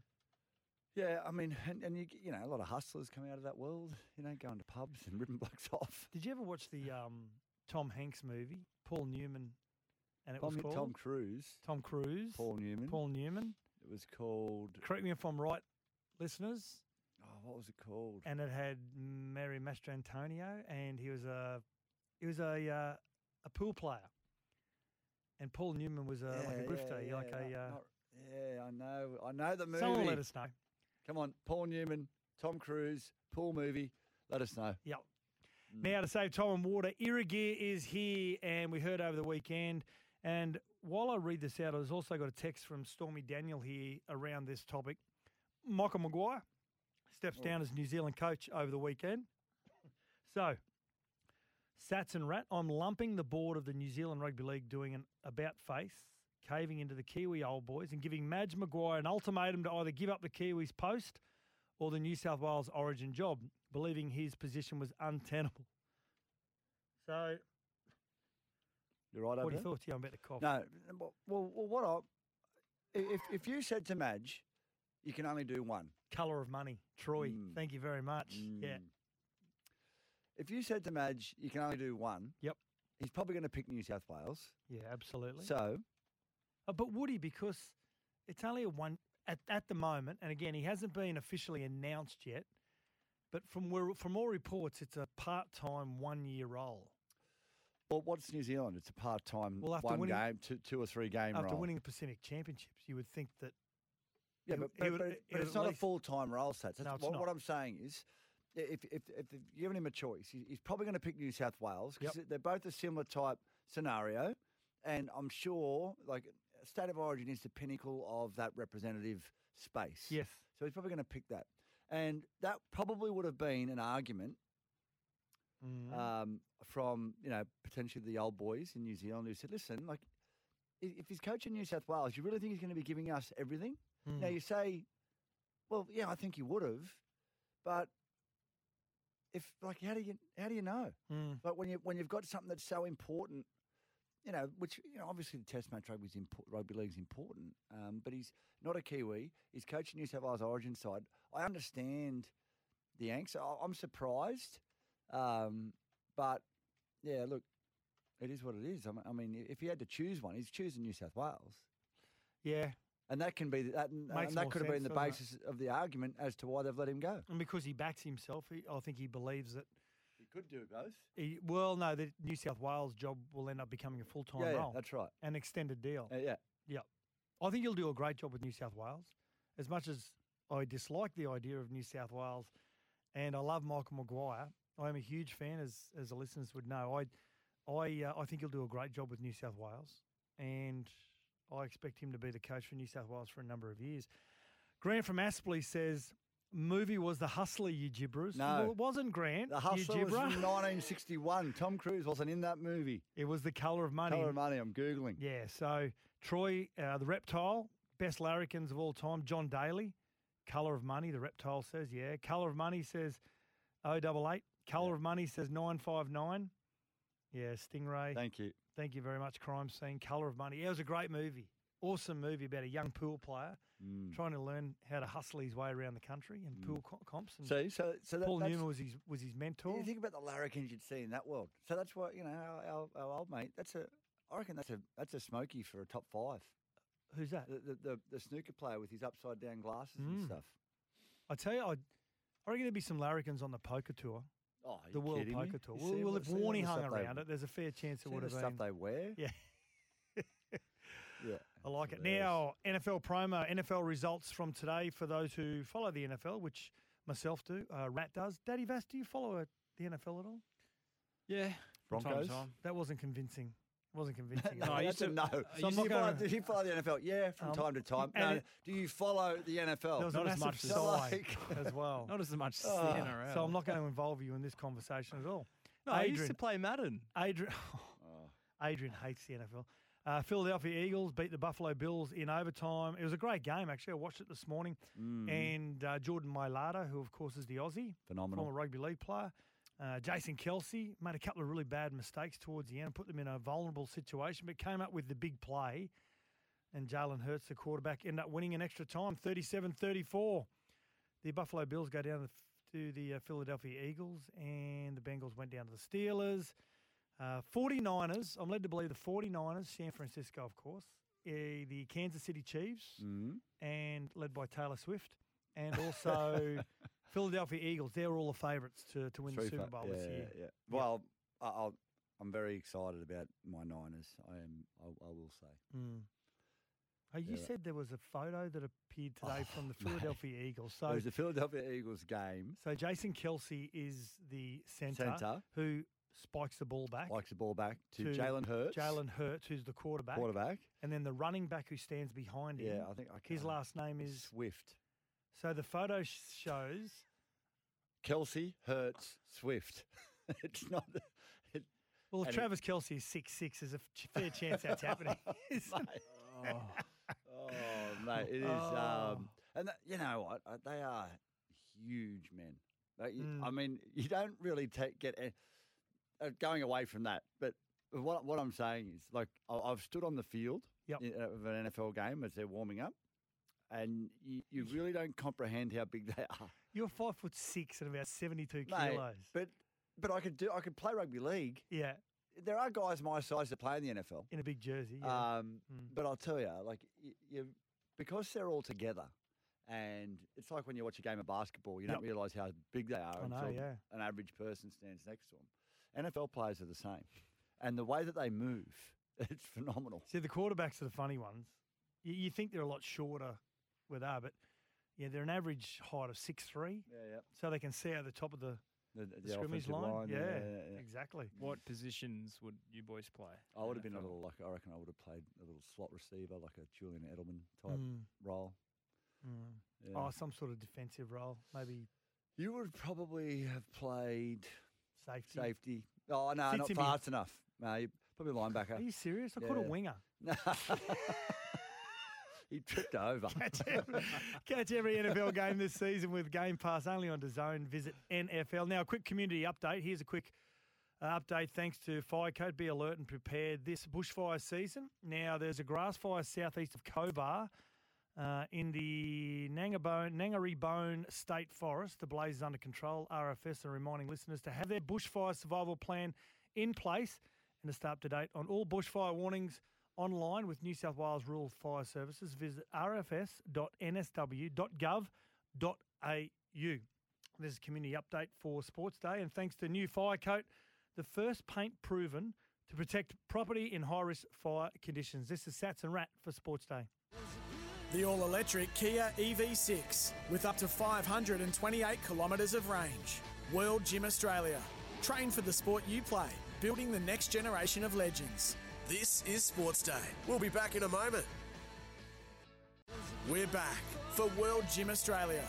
Yeah, I mean, and, and you g- you know, a lot of hustlers come out of that world. You know, going to pubs and ripping blokes off.
Did you ever watch the um, Tom Hanks movie, Paul Newman, and it was
Tom,
called
Tom Cruise.
Tom Cruise.
Paul Newman.
Paul Newman.
It was called.
Correct me if I'm right, listeners.
Oh, what was it called?
And it had Mary Mastrantonio, and he was a he was a uh, a pool player, and Paul Newman was a, Oh, like a grifter,
yeah,
like a
no-
uh,
not- yeah, I know, I know the movie.
Someone will let us know.
Come on, Paul Newman, Tom Cruise, pool movie. Let us know.
Yep. Now to save time and water, Irrigear is here, and we heard over the weekend. And while I read this out, I was also got a text from Stormy Daniel here around this topic. Michael Maguire steps down as New Zealand coach over the weekend. So, Sats and Rat, I'm lumping the board of the New Zealand Rugby League doing an about face, caving into the Kiwi old boys, and giving Madge Maguire an ultimatum to either give up the Kiwis post or the New South Wales origin job, believing his position was untenable. So,
You're right
what
over
are your
there?
thoughts? Yeah, I'm about to cough.
No, n- well, well, well, what I, i- if if you said to Madge, you can only do one.
Colour of money, Troy.
Mm.
Thank you very much. Yeah.
If you said to Madge, you can only do one.
Yep.
He's probably going to pick New South Wales.
Yeah, absolutely.
So
Uh, but would he? Because it's only a one at, at the moment, and again, he hasn't been officially announced yet. But from where, from all reports, it's a part-time one-year role.
Well, what's New Zealand? It's a part-time,
Well, after
one
winning-
game, two, two or three game
After
role.
winning the Pacific Championships, you would think that.
yeah,
he
but,
w- he
but,
would-
but,
he
it- but
would
it's
at
not a
least-
full-time role, Sats. That's
No, it's
what, what
not.
I'm saying is, i- if if, if they've given him a choice, he- he's probably going to pick New South Wales because they're both a similar type scenario, and I'm sure like state of origin is the pinnacle of that representative space.
Yes.
So he's probably going to pick that, and that probably would have been an argument
Mm.
um, from you know potentially the old boys in New Zealand who said, "Listen, like i- if he's coaching New South Wales, you really think he's going to be giving us everything?" Now
Mm.
you say, "Well, yeah, I think he would have," but if like how do you how do you know?
Mm.
Like when you when you've got something that's so important. You know, which you know, obviously the Test match rugby is impo- rugby league's important, um, but he's not a Kiwi. He's coaching New South Wales Origin side. I understand the angst. I- I'm surprised, um, but yeah, look, it is what it is. I mean- I mean, if he had to choose one, he's choosing New South Wales.
Yeah.
And that can be the- that, and
Makes
that
more
could have been
sense,
the
doesn't it?
basis of the argument as to why they've let him go.
And because he backs himself, he, I think he believes that.
He could do both.
He, well, no, the New South Wales job will end up becoming a full time
Yeah, yeah,
role.
that's right.
An extended deal.
Uh, yeah.
Yeah. I think he'll do a great job with New South Wales. As much as I dislike the idea of New South Wales and I love Michael Maguire, I am a huge fan, as, as the listeners would know. I, I, uh, I think he'll do a great job with New South Wales. And I expect him to be the coach for New South Wales for a number of years. Grant from Aspley says, movie was The Hustler, you gibberers.
No.
Well, it wasn't Grant.
The Hustler
you
was from
gibberer.
1961. Tom Cruise wasn't in that movie.
It was The Colour of Money.
Color of Money. I'm googling.
Yeah, so Troy, uh, the reptile, best larrikins of all time, John Daly, Colour of Money, the reptile says, yeah. Colour of Money says 088. Colour of Money says 959. Yeah, Stingray.
Thank you.
Thank you very much, Crime Scene. Colour of Money. Yeah, it was a great movie. Awesome movie about a young pool player
Mm.
trying to learn how to hustle his way around the country and pool co- comps. And
See, so so that,
Paul
that's,
Newman was his was his mentor.
You think about the larrikins you'd see in that world. So that's why you know our, our, our old mate. That's a I reckon that's a that's a smoky for a top five.
Who's that?
The the, the, the snooker player with his upside down glasses and
Mm.
stuff.
I tell you, I, I reckon there'd be some larrikins on the poker tour.
Oh, are
the
you
World
kidding me?
Poker Tour.
You
Well,
see
well
what-
if
see all the
Warnie hung
stuff they-
around it, there's a fair chance it
See
would
the
have
stuff
been.
they wear.
Yeah.
Yeah.
I like it. Now, NFL promo, NFL results from today for those who follow the NFL, which myself do, uh, Rat does. Daddy Vass, do you follow uh, the NFL at all?
Yeah. from time to
Broncos?
time.
That wasn't convincing. Wasn't convincing.
No,
I
that's a no.
So
So
I'm
do,
not
you follow,
going
do you follow the NFL? Yeah, from
Um,
time to time.
and
No,
it-
do you follow the NFL?
There was a massive sigh as well.
Not as much as the
Oh.
NRL.
So I'm not going to involve you in this conversation at all.
No, I used to play
Madden. Adrian, Adrian hates the NFL. Uh, Philadelphia Eagles beat the Buffalo Bills in overtime. It was a great game, actually. I watched it this morning.
Mm.
And uh, Jordan Mailata, who, of course, is the Aussie,
Phenomenal.
former rugby league player. Uh, Jason Kelsey made a couple of really bad mistakes towards the end, put them in a vulnerable situation, but came up with the big play. And Jalen Hurts, the quarterback, ended up winning in extra time, 37 34. The Buffalo Bills go down to the uh, Philadelphia Eagles, and the Bengals went down to the Steelers. Uh, 49ers, I'm led to believe the 49ers, San Francisco, of course, eh, the Kansas City Chiefs,
Mm-hmm.
and led by Taylor Swift, and also Philadelphia Eagles. They're all the favourites to, to win the
Three
Super
fa-
Bowl
yeah,
this year.
Yeah. Well, I, I'll, I'm very excited about my Niners. I am. I, I will say.
Mm. Hey, you
Yeah.
said there was a photo that appeared today from the Philadelphia Eagles.
it
So,
was the Philadelphia Eagles game.
so Jason Kelsey is the centre,
Centre.
who spikes the ball back.
Likes the ball back to, Jalen Hurts.
Jalen Hurts, who's the quarterback.
Quarterback.
And then the running back who stands behind him.
Yeah, I think I
his
can't-
last name is
Swift.
So the photo sh- shows.
Kelsey Hurts Swift. it's not. It,
Well, if
and it-
Travis Kelsey is six six. There's a f- fair chance that's happening. isn't it?
Oh, mate, it is.
Oh.
Um, and that, you know what? Uh, They are huge men. Like, you-
Mm.
I mean, you don't really take, get a- uh, going away from that. But what what I'm saying is, like, I, I've stood on the field
Yep.
i- of an NFL game as they're warming up, and you, you really don't comprehend how big they are.
You're five foot six and about seventy two
Mate,
kilos.
But but I could do I could play rugby league.
Yeah,
There are guys my size that play in the NFL.
in a big jersey. Yeah. Mm.
Um, But I'll tell you, like you, you, because they're all together, and it's like when you watch a game of basketball, you don't
Yep.
realise how big they are
I know,
until
yeah.
an average person stands next to them. NFL players are the same, and the way that they move, it's phenomenal.
See, the quarterbacks are the funny ones. You, you think they're a lot shorter with are, but yeah, they're an average height of six three.
Yeah, yeah.
So they can see out the top of the,
The,
the
the
scrimmage
offensive
line.
line,
yeah,
yeah, yeah, yeah.
exactly.
What positions would you boys play?
I would have been a
NFL?
little like I reckon I would have played a little slot receiver, like a Julian Edelman type
Mm.
role.
Mm.
Yeah.
Oh, some sort of defensive role, maybe
You would probably have played
safety.
safety. Oh no,
Fits
not
him in.
fast enough. No, you- probably linebacker.
Are you serious? I caught a
Yeah.
winger.
He tripped over.
Catch every, catch every NFL game this season with Game Pass only on DAZN. Visit NFL. Now, a quick community update. Here's a quick uh, update thanks to Fire Code. Be alert and prepared this bushfire season. Now, there's a grass fire southeast of Cobar. Uh, in the Nangabone, Nangaribone State Forest, the blaze is under control. RFS are reminding listeners to have their bushfire survival plan in place and to stay up to date on all bushfire warnings online with New South Wales Rural Fire Services. Visit rfs.nsw.gov.au. This is a community update for Sports Day, and thanks to new fire coat, the first paint proven to protect property in high risk fire conditions. This is Sats and Rat for Sports Day.
The all electric Kia EV6 with up to 528 kilometres of range. World Gym Australia. Train for the sport you play, building the next generation of legends. This is Sports Day. We'll be back in a moment. We're back for World Gym Australia.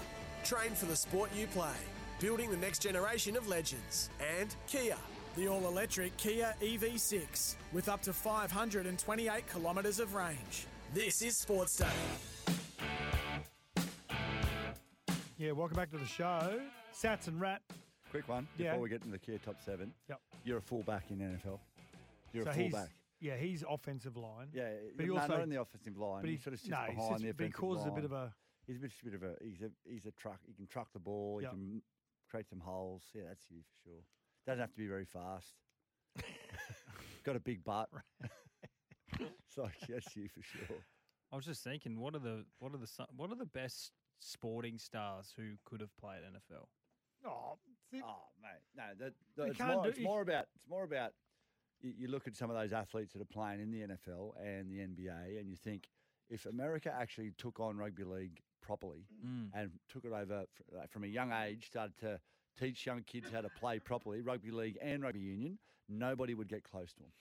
Train for the sport you play, building the next generation of legends. And Kia. The all electric Kia EV6 with up to 528 kilometres of range. This is Sports Day.
Yeah, welcome back to the show. Sats and Rat.
Quick one
Yeah.
before we get into the Kia top seven.
Yep.
You're a fullback in NFL. You're
So
a
he's-
fullback.
Yeah, he's offensive line.
Yeah,
but he
no,
also
not in the offensive line.
but
he,
he-
sort of sits
no, he
behind
sits-
the
but he
offensive
causes a bit
line.
of a-
He's a bit, just a bit of a. He's a he's a truck. He can truck the ball.
Yep.
He can create some holes. Yeah, that's you for sure. Doesn't have to be very fast. Got a big butt. it's like that's you for sure.
I was just thinking, what are the what are the so- what are the best sporting stars who could have played NFL?
Oh,
Oh, mate, no, that,
You
that- it's,
can't
more,
do-
it's
you-
more about it's more about you, you look at some of those athletes that are playing in the NFL and the NBA, and you think if America actually took on rugby league properly
Mm.
and took it over fr- like, from a young age, started to teach young kids how to play properly, rugby league and rugby union, nobody would get close to them.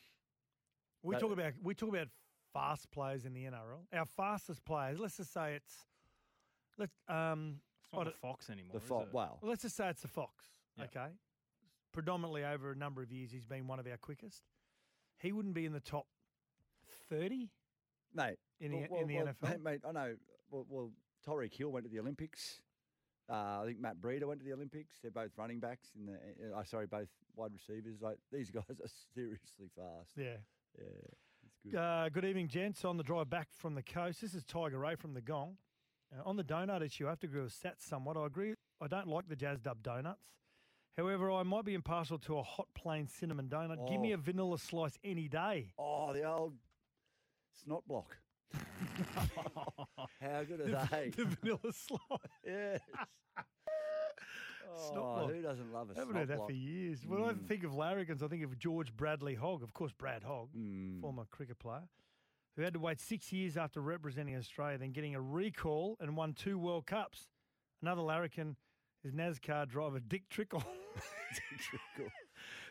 We
That-
talk about we talk about fast players in the NRL. Our fastest players. Let's just say it's let um
not
I
the
don't-
Fox anymore.
The
is
Fox-
it?
well.
Let's just say it's the Fox.
Yeah.
Okay, predominantly over a number of years, he's been one of our quickest. He wouldn't be in the top thirty.
mate.
in the- in the NFL?
mate, mate, I know. Well, well, Tyreek Hill went to the Olympics. Uh, I think Matt Breeder went to the Olympics. They're both running backs in the. Uh, sorry, both wide receivers. Like these guys are seriously fast.
Yeah.
yeah, it's good.
Uh, good evening, gents. On the drive back from the coast, this is Tiger Ray from the Gong. Uh, on the donut issue, I have to agree with Sats somewhat. I agree. I don't like the Jazz Dub donuts. However, I might be impartial to a hot plain cinnamon donut. Give me
Oh.
a vanilla slice any day.
Oh, the old snot block. How good are they?
the vanilla slice.
Yes.
Snot
Oh,
block.
who doesn't love a Hmm.
I haven't
snot
heard that
block?
for years. When I think of Larrigans, I think of George Bradley Hogg, of course, Brad Hogg,
Hmm.
former cricket player, who had to wait six years after representing Australia, then getting a recall and won two World Cups. Another Larrikin is NASCAR driver Dick Trickle.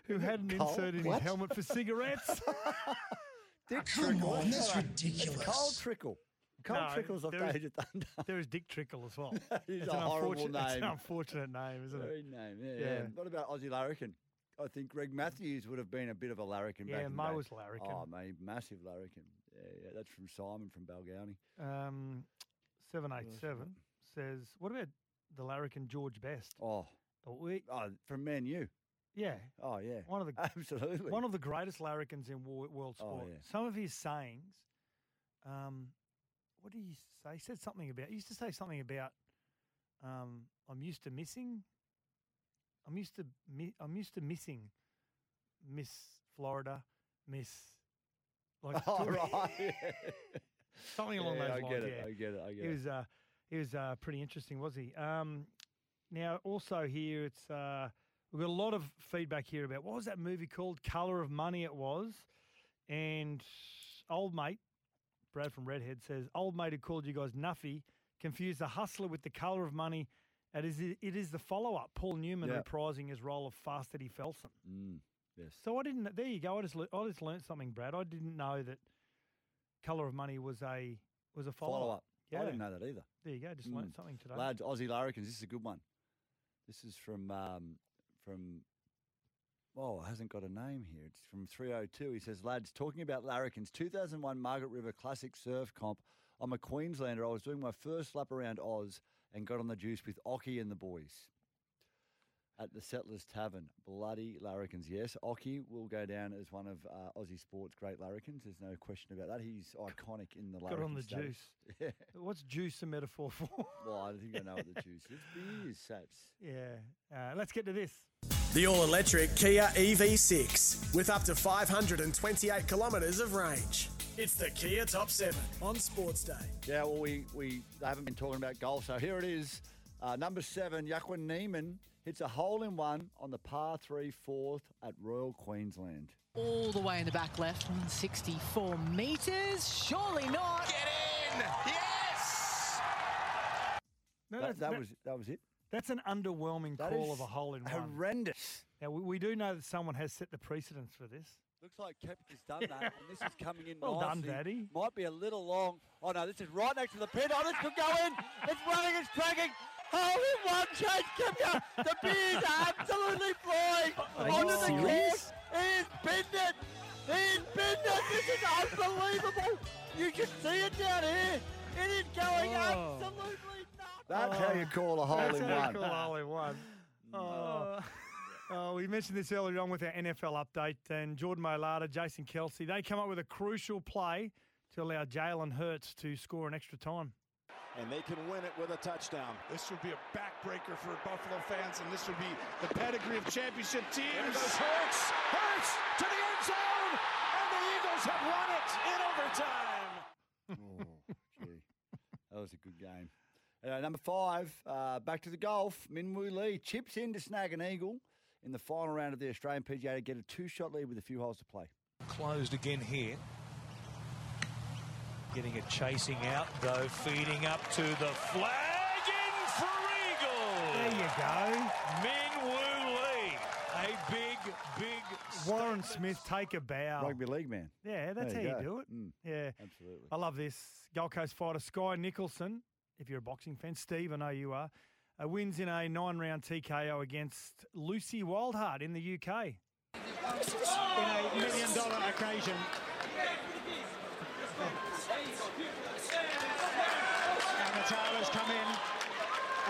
Who had an
Coal?
insert in
What?
his helmet for cigarettes?
Dick
Come
Trickle.
on, that's
Shut up.
ridiculous.
It's Carl Trickle. Carl
No,
Trickle's off
there is-
Age of Thunder.
there is Dick Trickle as well.
That is
It's
a
an
horrible
unfortunate- It's an
name.
unfortunate name, isn't
Very
it?
name, yeah, yeah.
Yeah.
What about Aussie Larrikin? I think Greg Matthews would have been a bit of a larrikin
Yeah,
back in the
Mo
day.
was larrikin.
Oh, mate, massive larrikin. Yeah, yeah, that's from Simon from Balgownie.
Um, 787 says, what about the Larrikin George Best?
Oh,
we,
oh, from Man U.
Yeah.
Oh, yeah.
One of the
absolutely
one of the greatest larrikins in wo- world
Oh,
sport.
yeah.
Some of his sayings, um, what did he say? He said something about. He used to say something about, um, "I'm used to missing. I'm used to. Mi- I'm used to missing, Miss Florida, Miss." Like
Oh,
doing-
right,
something along
Yeah,
those
I
lines.
get it,
yeah.
I get it, I get
He
it.
was uh, he was uh, pretty interesting, was he? Um, now, also here, it's uh, we've got a lot of feedback here about what was that movie called? Color of Money, it was. And old mate Brad from Redhead says, old mate who called you guys Nuffy confused the hustler with the color of money. It is it is the follow up. Paul Newman
Yeah.
reprising his role of Fast Eddie Felson.
Mm, yes.
So I didn't. There you go. I just le- I just learnt something, Brad. I didn't know that Color of Money was a was a follow,
Follow
up.
up. I didn't know that either.
There you go. Just learnt
Mm.
something today.
Lads, Aussie larrikins. This is a good one. This is from um, from. Oh, it hasn't got a name here. It's from 302. He says, lads, talking about larrikins, 2001 Margaret River Classic Surf Comp. I'm a Queenslander. I was doing my first lap around Oz and got on the juice with Oki and the boys at the Settlers Tavern. Bloody larrikins, yes. Oki will go down as one of uh, Aussie sports great larrikins. There's no question about that. He's iconic in the larrikin
Got on the
status.
juice. What's juice a metaphor for?
Well, I think I know what the juice is. Beers, saps.
yeah. Uh, let's get to this.
The all electric Kia EV6 with up to 528 kilometres of range. It's the Kia Top 7 on Sports Day.
Yeah, well, we, we haven't been talking about golf, so here it is. Uh, number seven, Joaquin Neiman hits a hole in one on the par three fourth at Royal Queensland.
All the way in the back left, 164 metres. Surely not. Get in! Yes!
No, that's-
that, that
that-
was that was it.
That's an underwhelming
That
call of
is
a hole in one.
Horrendous.
Now we, we do know that someone has set the precedence for this.
Looks like Kepka's done that, and this is coming in
Well done,
nicely.
Daddy.
Might be a little long. Oh no, this is right next to the pin. Oh, this could go in. It's running. It's cracking. Hole in one, Chase Kepka. The beers are absolutely flying
Are you
onto the
serious?
course. He's pinned it. He's pinned it. This is unbelievable. You can see it down here. It is going
Oh.
absolutely nuts. That's how you call a hole
That's
in
how you
one.
call a hole in one. Oh. Oh, we mentioned this earlier on with our NFL update, and Jordan Mailata, Jason Kelsey, they come up with a crucial play to allow Jalen Hurts to score an extra time.
and they can win it with a touchdown. This would be a backbreaker for Buffalo fans, and this would be the pedigree of championship teams. There goes Hurts, Hurts to the end zone, and the Eagles have won it in overtime.
oh, gee. That was a good game. Uh, number five, uh, back to the golf. Minwoo Lee chips in to snag an eagle in the final round of the Australian PGA to get a two shot lead with a few holes to play.
Closed again here. Getting a chasing out, though, feeding up to the flag in for Eagle.
There you go.
Min Woo Lee. A big, big
Warren Smith take a bow.
Rugby league man.
Oh. Yeah, that's
There you
how you
go.
do it.
Mm.
Yeah.
Absolutely.
I love this. Gold Coast fighter Sky Nicholson, if you're a boxing fan, Steve, I know you are, uh, wins in a nine round TKO against Lucy Wildheart in the UK.
In a million dollar occasion. And Natala's come in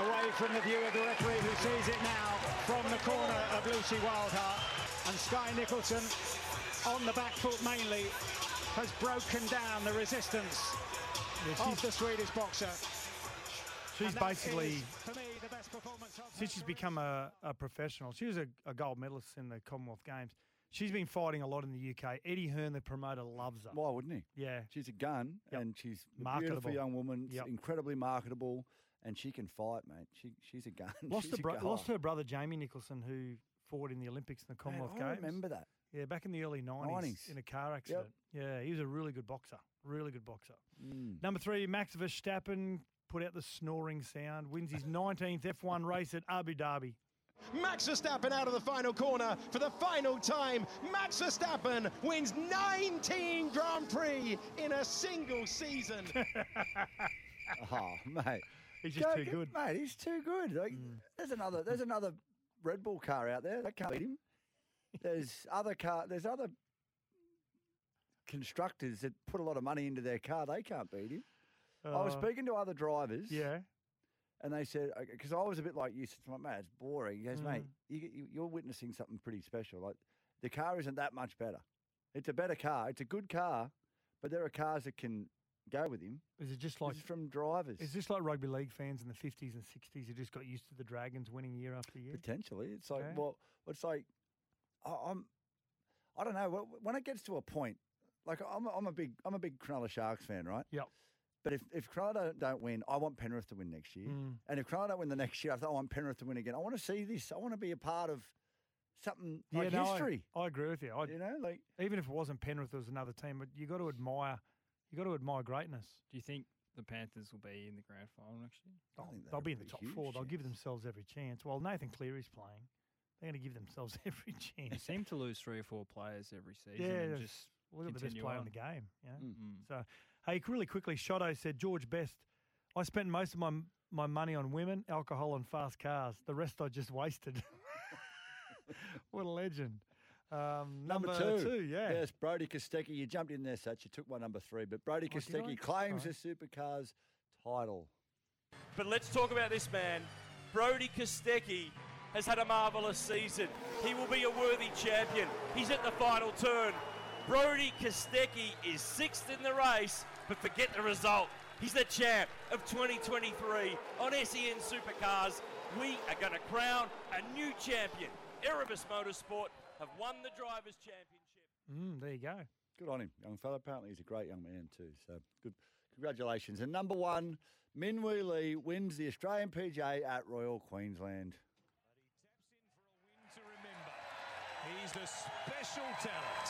away from the view of the referee who sees it now from the corner of Lucy Wildheart. And Sky Nicholson on the back foot mainly has broken down the resistance of the Swedish boxer.
She's
And that
basically-
is, for me, the best performance of her
Since she's become a, a professional, she was a, a gold medalist in the Commonwealth Games. She's been fighting a lot in the UK. Eddie Hearn, the promoter, loves her.
Why wouldn't he?
Yeah.
She's a gun and she's a
Marketable.
beautiful young woman,
Yep.
incredibly marketable, and she can fight, mate. She, she's a gun.
Lost,
she's
her bro-
a
lost her brother, Jamie Nicholson, who fought in the Olympics and the Commonwealth
I
Games.
remember that.
Yeah, back in the early 90s,
90s.
in a car accident. Yeah, he was a really good boxer. Really good boxer.
Mm.
Number three, Max Verstappen put out the snoring sound, wins his 19th F1 race at Abu Dhabi.
Max Verstappen out of the final corner for the final time. Max Verstappen wins 19 Grand Prix in a single season.
Oh, mate.
He's just too Hmm.
good. Mate, he's too good. Like, There's another there's another Red Bull car out there. That can't beat him. There's other car there's other constructors that put a lot of money into their car. They can't beat him. I was
Uh,
speaking to other drivers.
Yeah.
And they said, because I was a bit like you, it's like, mate, it's boring. He goes, mate,
Mm.
you, you, you're witnessing something pretty special. Like, the car isn't that much better. It's a better car. It's a good car, but there are cars that can go with him.
Is it just
This
like
is from drivers?
Is this like rugby league fans in the 50s and 60s who just got used to the Dragons winning year after year?
Potentially, it's like
Mm-hmm. Okay.
well, it's like I, I'm, I don't know. wh- When it gets to a point, like I'm, a- I'm a big, I'm a big Cronulla Sharks fan, right?
Yep.
But if if Cronulla don't, don't win, I want Penrith to win next year.
Mm.
And if Cronulla don't win the next year, I, thought, I want Penrith to win again. I want to see this. I want to be a part of something like
no, I-
history.
I, agree with you. I, you
know, like
even if it wasn't Penrith, it was another team. But you got to admire, you got to admire greatness.
Do you think the Panthers will be in the grand final next year?
Oh, They'll be in the top four. They'll give themselves every chance. Well, Nathan Cleary's playing. They're going to give themselves every
They
chance.
seem to lose three or four players every season.
yeah,
and
that's-
just
well, they're the best
continue
player in
on.
the game. Yeah.
Mm.
So, hey, really quickly, Shotto said George Best. I spent most of my my money on women, alcohol, and fast cars. The rest I just wasted. what a legend. Um, number, yeah.
Yes, Brody Kostecki. You jumped in there, Satch. You took my number three, but Brody
Oh, did I?
Kostecki claims
Sorry.
the supercars title.
But let's talk about this man. Brody Kostecki has had a marvellous season. He will be a worthy champion. He's at the final turn. Brody Kostecki is sixth in the race, but forget the result. He's the champ of 2023 on SEN Supercars. We are going to crown a new champion. Erebus Motorsport have won the Drivers' Championship.
Mm, there you go.
Good on him, young fella. Apparently, he's a great young man too. So, good. Congratulations. And number one, Min Woo Lee wins the Australian PGA at Royal Queensland.
to remember. He's the special talent.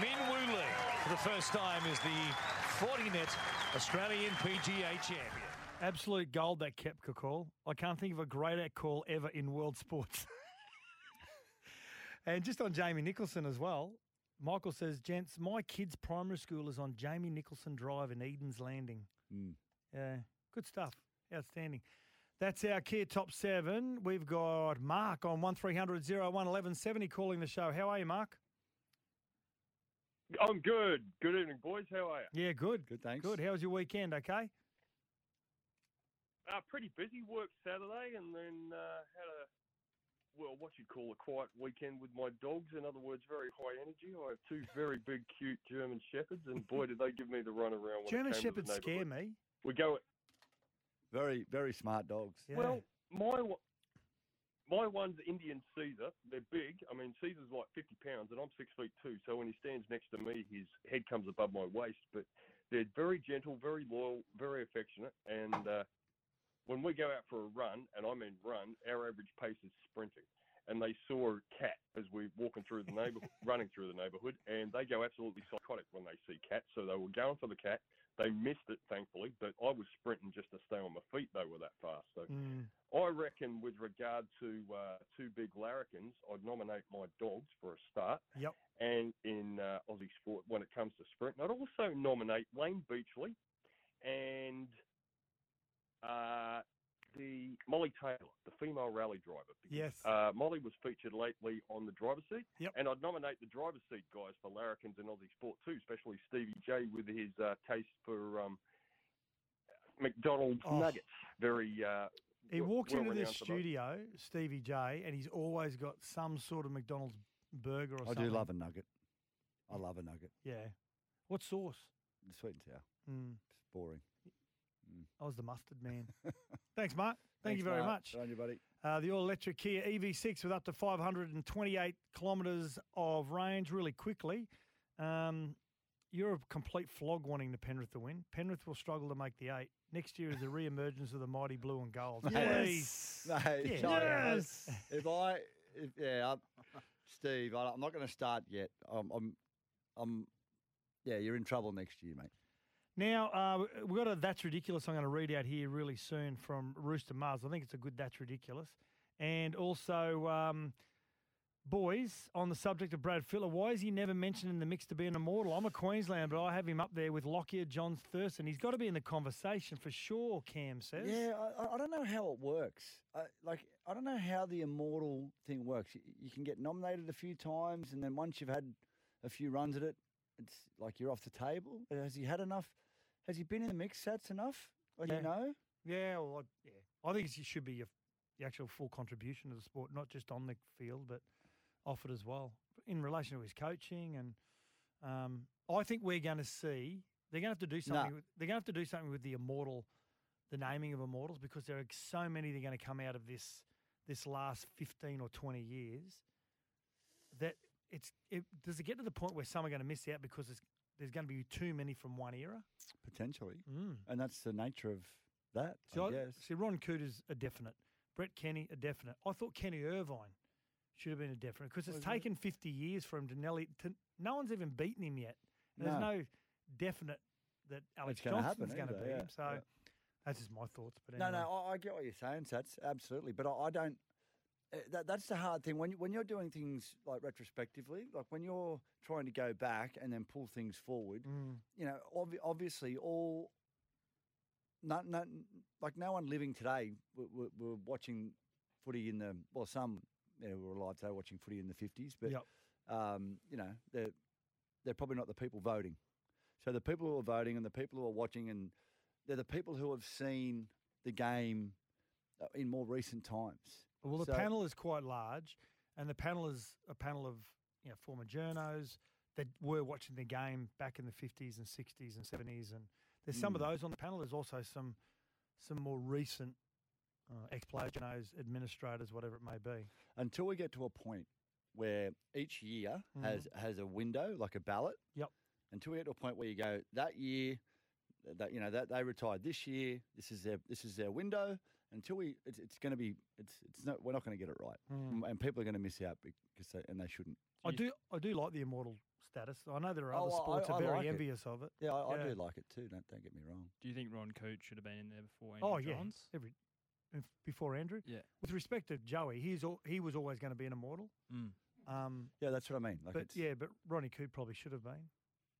Min Woo Lee, for the first time, is the 40-net Australian PGA champion.
Absolute gold that Kepka call. I can't think of a greater call ever in world sports. and just on Jamie Nicholson as well, Michael says, Gents, my kid's primary school is on Jamie Nicholson Drive in Eden's Landing. Mm. Yeah, good stuff. Outstanding. That's our Kia Top 7. We've got Mark on 1300 01 1170 calling the show. How are you, Mark?
I'm good. Good evening, boys. How are you?
Yeah, good. Good, thanks. Good. How was your weekend? Okay.
Uh, pretty busy. Worked Saturday and then uh, had a, well, what you'd call a quiet weekend with my dogs. In other words, very high energy. I have two very big, cute German Shepherds, and boy, did they give me the runaround. When
German
it came
Shepherds
to the
scare
neighbourhood.
me.
We go.
Very, very smart dogs.
Well, my one- my one's Indian Caesar. They're big. I mean, Caesar's like 50 pounds, and I'm six feet two. So when he stands next to me, his head comes above my waist. But they're very gentle, very loyal, very affectionate. And uh, when we go out for a run, and I mean run, our average pace is sprinting. And they saw a cat as we're walking through the neighborhood, running through the neighborhood, and they go absolutely psychotic when they see cats. So they were going for the cat. They missed it, thankfully, but I was sprinting just to stay on my feet. They were that fast. So
Mm.
I reckon, with regard to uh, two big larrikins, I'd nominate my dogs for a start.
Yep.
And in uh, Aussie sport, when it comes to sprint, And I'd also nominate Wayne Beachley and uh, the Molly Taylor, the female rally driver.
Yes.
Uh, Molly was featured lately on the driver's seat,
Yep.
and I'd nominate the driver's seat guys for larrikins and Aussie sport too, especially Stevie J with his uh, case for um, McDonald's
Oh.
nuggets. Very. Uh,
He
well-
walks into this
well-renowned for those.
studio, Stevie J, and he's always got some sort of McDonald's burger or
I
something.
do love a nugget. I love a nugget.
Yeah. What sauce?
The sweet and sour.
Mm.
It's boring.
I was the mustard man. Thanks, Mark. Thank you
Thanks,
very
mate.
much.
Right on you, buddy.
Uh, the all-electric Kia EV6 with up to 528 kilometres of range really quickly. Um, you're a complete flog wanting the Penrith to win. Penrith will struggle to make the eight. Next year is the re-emergence of the mighty blue and gold. Please.
Mate, I-
yes.
If I, if, yeah, I'm, Steve, I, I'm not going to start yet. I'm, I'm, I'm, yeah, you're in trouble next year, mate.
Now, uh, we've got a That's Ridiculous I'm going to read out here really soon from Rooster Mars. I think it's a good That's Ridiculous. And also, um, boys, on the subject of Brad Fittler, why is he never mentioned in the mix to be an immortal? I'm a Queenslander, but I have him up there with Lockyer, John Thurston. He's got to be in the conversation for sure, Cam says.
Yeah, I- I, I don't know how it works. I, like, I don't know how the immortal thing works. You, you can get nominated a few times, and then once you've had a few runs at it, it's like you're off the table. Uh, Has he had enough? Has he been in the mix? That's enough. Like,
Yeah.
you know.
Yeah, well, I, yeah. I think it should be your, the actual full contribution to the sport, not just on the field, but off it as well. In relation to his coaching, and um, I think we're going to see they're going to have to do
No.
something. With, they're going to have to do something with the immortal, the naming of immortals, because there are so many that are going to come out of this this last fifteen or twenty years. That it's it, does it get to the point where some are going to miss out because it's, there's going to be too many from one era?
Potentially.
Mm.
And that's the nature of that,
See,
I
I,
guess.
see, Ron Cooter's a definite. Brett Kenny, a definite. I thought Kenny Irvine should have been a definite because it's
Wasn't it?
taken 50 years for him to nearly. To, no one's even beaten him yet. And There's
No.
no definite that Alex
It's gonna
Johnson's
happen
going to
either,
beat
yeah,
him. So
yeah.
that's just my thoughts. But
No,
anyway.
no, I, I get what you're saying, Sats. Absolutely, but I, I don't. eh, That, that's the hard thing when you, when you're doing things like retrospectively, like when you're trying to go back and then pull things forward.
Mm.
You know, obvi- obviously, all no, no, like no one living today were, were, were watching footy in the well, some you know, were alive today watching footy in the fifties, but
Yep.
um, you know, they're they're probably not the people voting. So the people who are voting and the people who are watching and they're the people who have seen the game uh, in more recent times.
Well, the
So-
panel is quite large, and the panel is a panel of you know, former journos that were watching the game back in the fifties and sixties and seventies, and there's some of
Mm.
those on the panel. There's also some some more recent uh, ex-player journos, administrators, whatever it may be.
until we get to a point where each year
Mhm.
has has a window like a ballot.
Yep.
Until we get to a point where you go that year, th- that you know that they retired this year. This is their this is their window. Until we, it's, it's going to be it's it's not we're not going to get it right,
Mm.
and people are going to miss out because they, and they shouldn't.
I do I do like the immortal status. I know there are
Oh,
other
I- I-
sports that
I
are very
like it.
envious of it.
Yeah, I, I
uh,
do like it too. Don't don't get me wrong.
Do you think Ron Coote should have been in there before Andrew
Oh yeah,
Johns?
every if- before Andrew.
Yeah.
With respect to Joey, he's al- he was always going to be an immortal.
Mm.
Um,
Yeah, that's what I mean. Like Mm.
but
it's,
yeah, but Ronnie Coote probably should have been.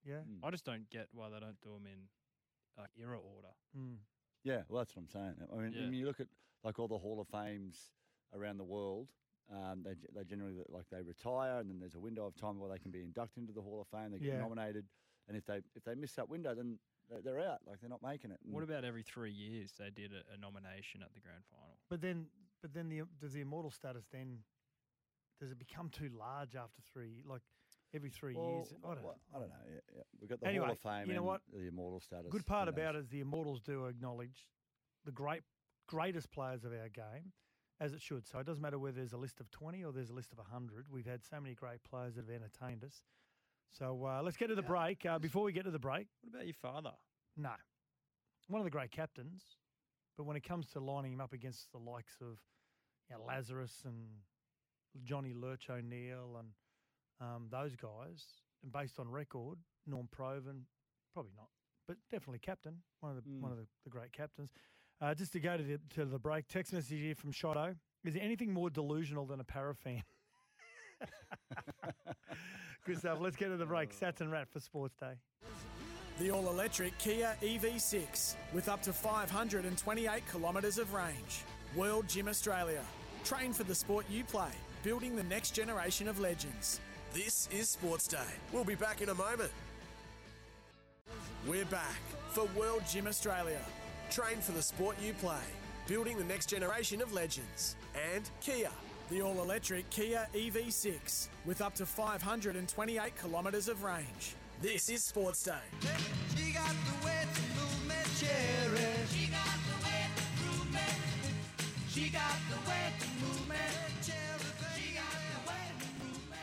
Yeah.
I just don't get why they don't do them in like era order.
Mm.
Yeah, well, that's what I'm saying. I mean,
Yeah.
when you look at like all the Hall of Fames around the world, um, they, ge- they generally look like they retire, and then there's a window of time where they can be inducted into the Hall of Fame. They get
Yeah.
nominated, and if they if they miss that window, then they- they're out. Like they're not making it.
What
And
about every three years they did a, a nomination at the grand final?
But then, but then the does the immortal status then does it become too large after three? Like every three years?
Well,
I don't
well,
know.
I don't know. Yeah, yeah. We've got the
Anyway,
Hall of Fame.
you know
and
what?
The immortal status.
Good part about it is the immortals do acknowledge the great greatest players of our game, as it should. So it doesn't matter whether there's a list of twenty or there's a list of hundred. We've had so many great players that have entertained us. So uh, let's get to the break. Uh, before we get to the break,
What about your father?
No. One of the great captains, but when it comes to lining him up against the likes of you know, Lazarus and Johnny Lurch O'Neill and um, those guys, and based on record, Norm Proven, probably not. but definitely captain, one of the one of the, the great captains. Uh, just to go to the, to the break, text message here from Shotto. Is there anything more delusional than a parafan? Good stuff. Let's get to the break. Sats and Rat for Sports Day.
The all electric Kia EV6 with up to 528 kilometres of range. World Gym Australia. Train for the sport you play, building the next generation of legends.
This is Sports Day. We'll be back in a moment. We're back for World Gym Australia. Train for the sport you play, building the next generation of legends. And Kia.
The all electric Kia
E
EV6 with up to 528 kilometres of range. This is Sports Day.
She got the way to move me, Jerry. She got the way to move me. She got the way to move me, Jerry. She got the way to move me.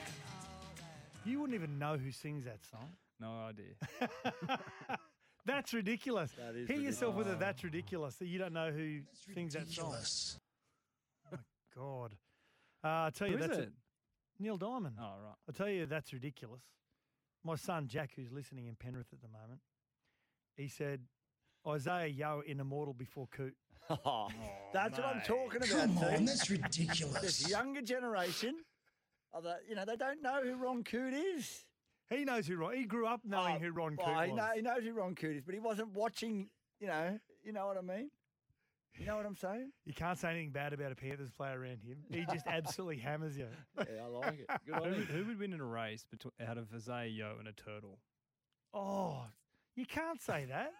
You wouldn't even know who sings that song.
No idea.
That's ridiculous. That
is
Hear yourself with a
ridiculous.
that's ridiculous that you don't know who sings that song. My God. Uh, I tell you
Who is
that's
it?
Neil Diamond. Oh right. I tell you that's ridiculous. My son Jack, who's listening in Penrith at the moment, he said Isaiah Yo in Immortal before Coot. Oh,
That's
Oh,
what I'm talking about. T. This younger generation, are the, you know, they don't know who Ron Coote is.
He knows who Ron. He grew up knowing who Ron Coote
he,
was.
kno- he knows who Ron Coote is, but he wasn't watching. You know, you know what I mean. You know what I'm saying?
You can't say anything bad about a Panthers player around him. He just absolutely hammers you.
Yeah, I like it.
who, who would win in a race between, out of Isaiah Yo and a turtle?
Oh, you can't say that.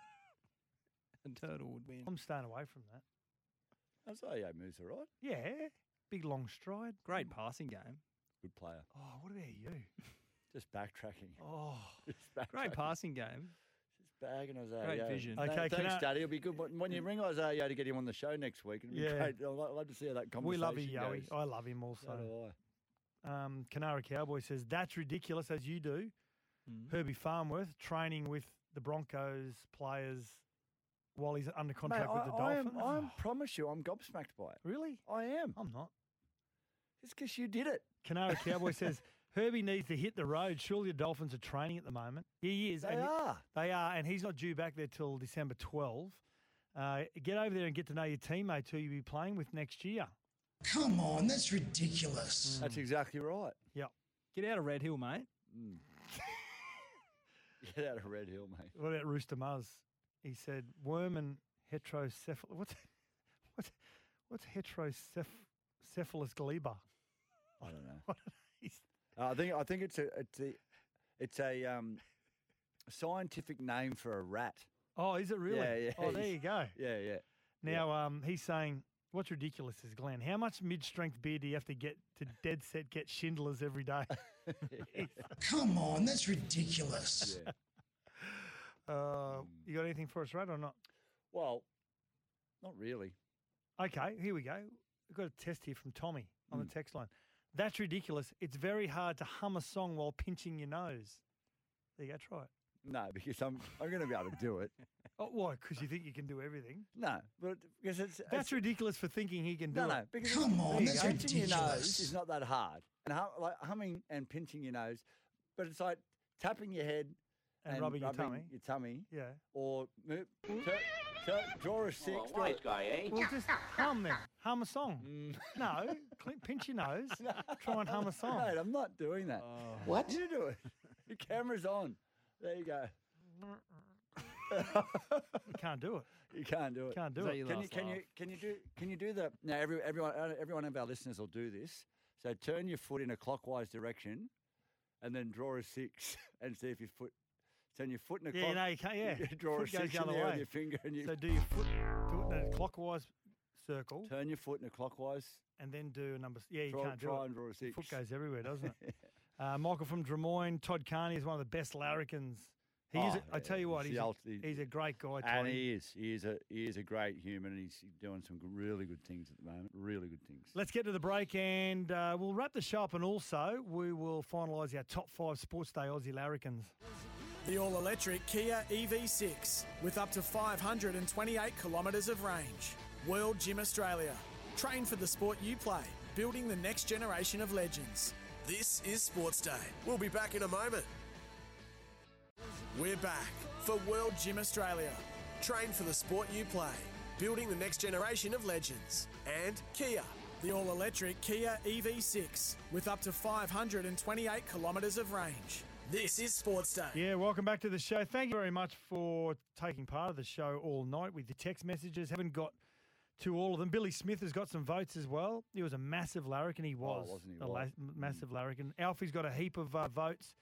A turtle would win.
I'm staying away from that.
That's how he moves, all right.
Yeah, big long stride.
Great passing game.
Good player.
Oh, what about you?
Just backtracking.
Oh,
Just backtracking.
great passing game.
Just bagging Isaiah.
Great
Yo.
vision.
Okay,
Okay, can
thanks,
I-
Daddy. It'll be good when, when you ring Isaiah Yo to get him on the show next week. It'll be
Yeah.
great. I'd lo- love Oh, to see how that conversation
We love
goes.
you, Yoey. I love him also.
do
Um, Canara Cowboy says that's ridiculous, as you do.
Hmm.
Herbie Farmworth training with the Broncos players while he's under
Mate,
contract with the
I,
Dolphins.
I, am, I promise you, I'm gobsmacked by it.
Really?
I am.
I'm not.
It's because you did it.
Canara Cowboy says Herbie needs to hit the road. Surely the Dolphins are training at the moment. Yeah, he is.
They
and he-
are.
They are, and he's not due back there till December 12. Uh, get over there and get to know your teammates who you'll be playing with next year.
Come on, that's ridiculous. That's exactly right.
Yep.
Mm. Get out of Red Hill, mate.
Get out of Red Hill, mate.
What about Rooster Muzz? He said worm and heterocephalus. What's what's what's heterocephalus gleba?
I don't know. Uh, I think I think it's a it's a it's a um, scientific name for a rat.
Oh, is it really?
Yeah, yeah.
Oh, there you go.
Yeah, yeah.
Now, um, he's saying what's ridiculous is Glenn. How much mid-strength beer do you have to get to dead set get Schindlers every day?
Come on, that's ridiculous.
Uh, you got anything for us, right or not?
Well, not really.
Okay, here we go. We've got a test here from Tommy on
Hmm.
the text line. That's ridiculous. It's very hard to hum a song while pinching your nose. There you go. Try it.
No, because I'm I'm going to be able to do it.
Oh, why? Because you think you can do everything?
No, but because it's
That's ridiculous for thinking he can do
no,
it.
no. Because
Come
there
on,
you
that's
go. Pinching your nose
ridiculous.
is not that hard, and hum, like humming and pinching your nose, but it's like tapping your head
And rubbing your tummy.
Your tummy,
Yeah.
or move, tur- tur- draw a eh? six. draw a-
Well, just hum then. Hum a song.
Mm.
No, cl- pinch your nose. Try and hum a song.
Mate, I'm not doing that.
What?
You do it. The camera's on. There you go.
You can't do it.
You can't do it.
Can't do Is that it. your
Can you
last
can you
laugh?
can you do can you do the now every, everyone uh, every one of our listeners will do this. So turn your foot in a clockwise direction and then draw a six and see if your foot turn your foot in a
Yeah,
clock.
you know, you can't. Yeah.
draw
foot
a
goes
six
the
in
other
there with
way.
your finger and you
So do your foot, do it in a clockwise circle,
turn your foot in a clockwise.
and then do a number. s- Yeah, you
Try-
can't do
try
it.
and draw a six.
Foot goes everywhere, doesn't it? uh, Michael from Drummoyne, Todd Carney is one of the best larrikins. He is.
Oh,
A, I tell
yeah,
you what,
he's
he's,
the
a,
ult- he-
he's a great guy.
And
Tony.
he is. He is a he is a great human and he's doing some g- really good things at the moment. Really good things.
Let's get to the break and uh, we'll wrap the show up and also we will finalise our top five Sports Day Aussie Larrikins.
The all electric Kia EV6 with up to 528 kilometres of range. World Gym Australia. Train for the sport you play, building the next generation of legends.
This is Sports Day. We'll be back in a moment. We're back for World Gym Australia. Train for the sport you play, building the next generation of legends. And Kia.
The all electric Kia EV6 with up to 528 kilometres of range. This is Sports Day.
Yeah, welcome back to the show. Thank you very much for taking part of the show all night with your text messages. Haven't got to all of them. Billy Smith has got some votes as well. He was a massive larrikin. He was,
Oh, wasn't he? mm.
a
Was.
la- massive larrikin. Alfie's got a heap of uh, votes.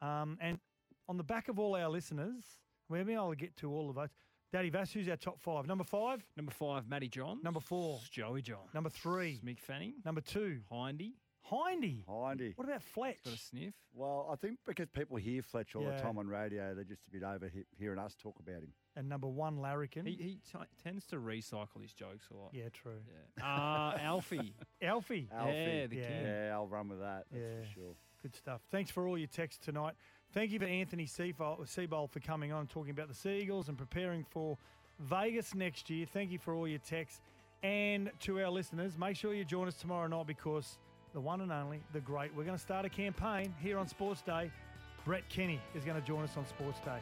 Um, and on the back of all our listeners, maybe I'll get to all the votes. Daddy Vass, who's our top five? Number five?
Number five, Matty John.
Number four?
Joey John.
Number three?
Mick Fanning.
Number two?
Hindy.
Hindy?
Hindy.
What about Fletch?
Got a sniff.
Well, I think because people hear Fletch all
Yeah.
the time on radio, they're just a bit over he- hearing us talk about him.
And number one, larrikin.
He, he t- tends to recycle his jokes a lot.
yeah, true.
Ah, Alfie.
Alfie.
Alfie.
Yeah, the king.
Yeah, I'll run with that. That's
Yeah.
for sure.
Good stuff. Thanks for all your texts tonight. Thank you for Anthony Seabold, Seabold for coming on, talking about the Seagulls and preparing for Vegas next year. Thank you for all your texts. And to our listeners, make sure you join us tomorrow night because the one and only, the great, we're going to start a campaign here on Sports Day. Brett Kenny is going to join us on Sports Day.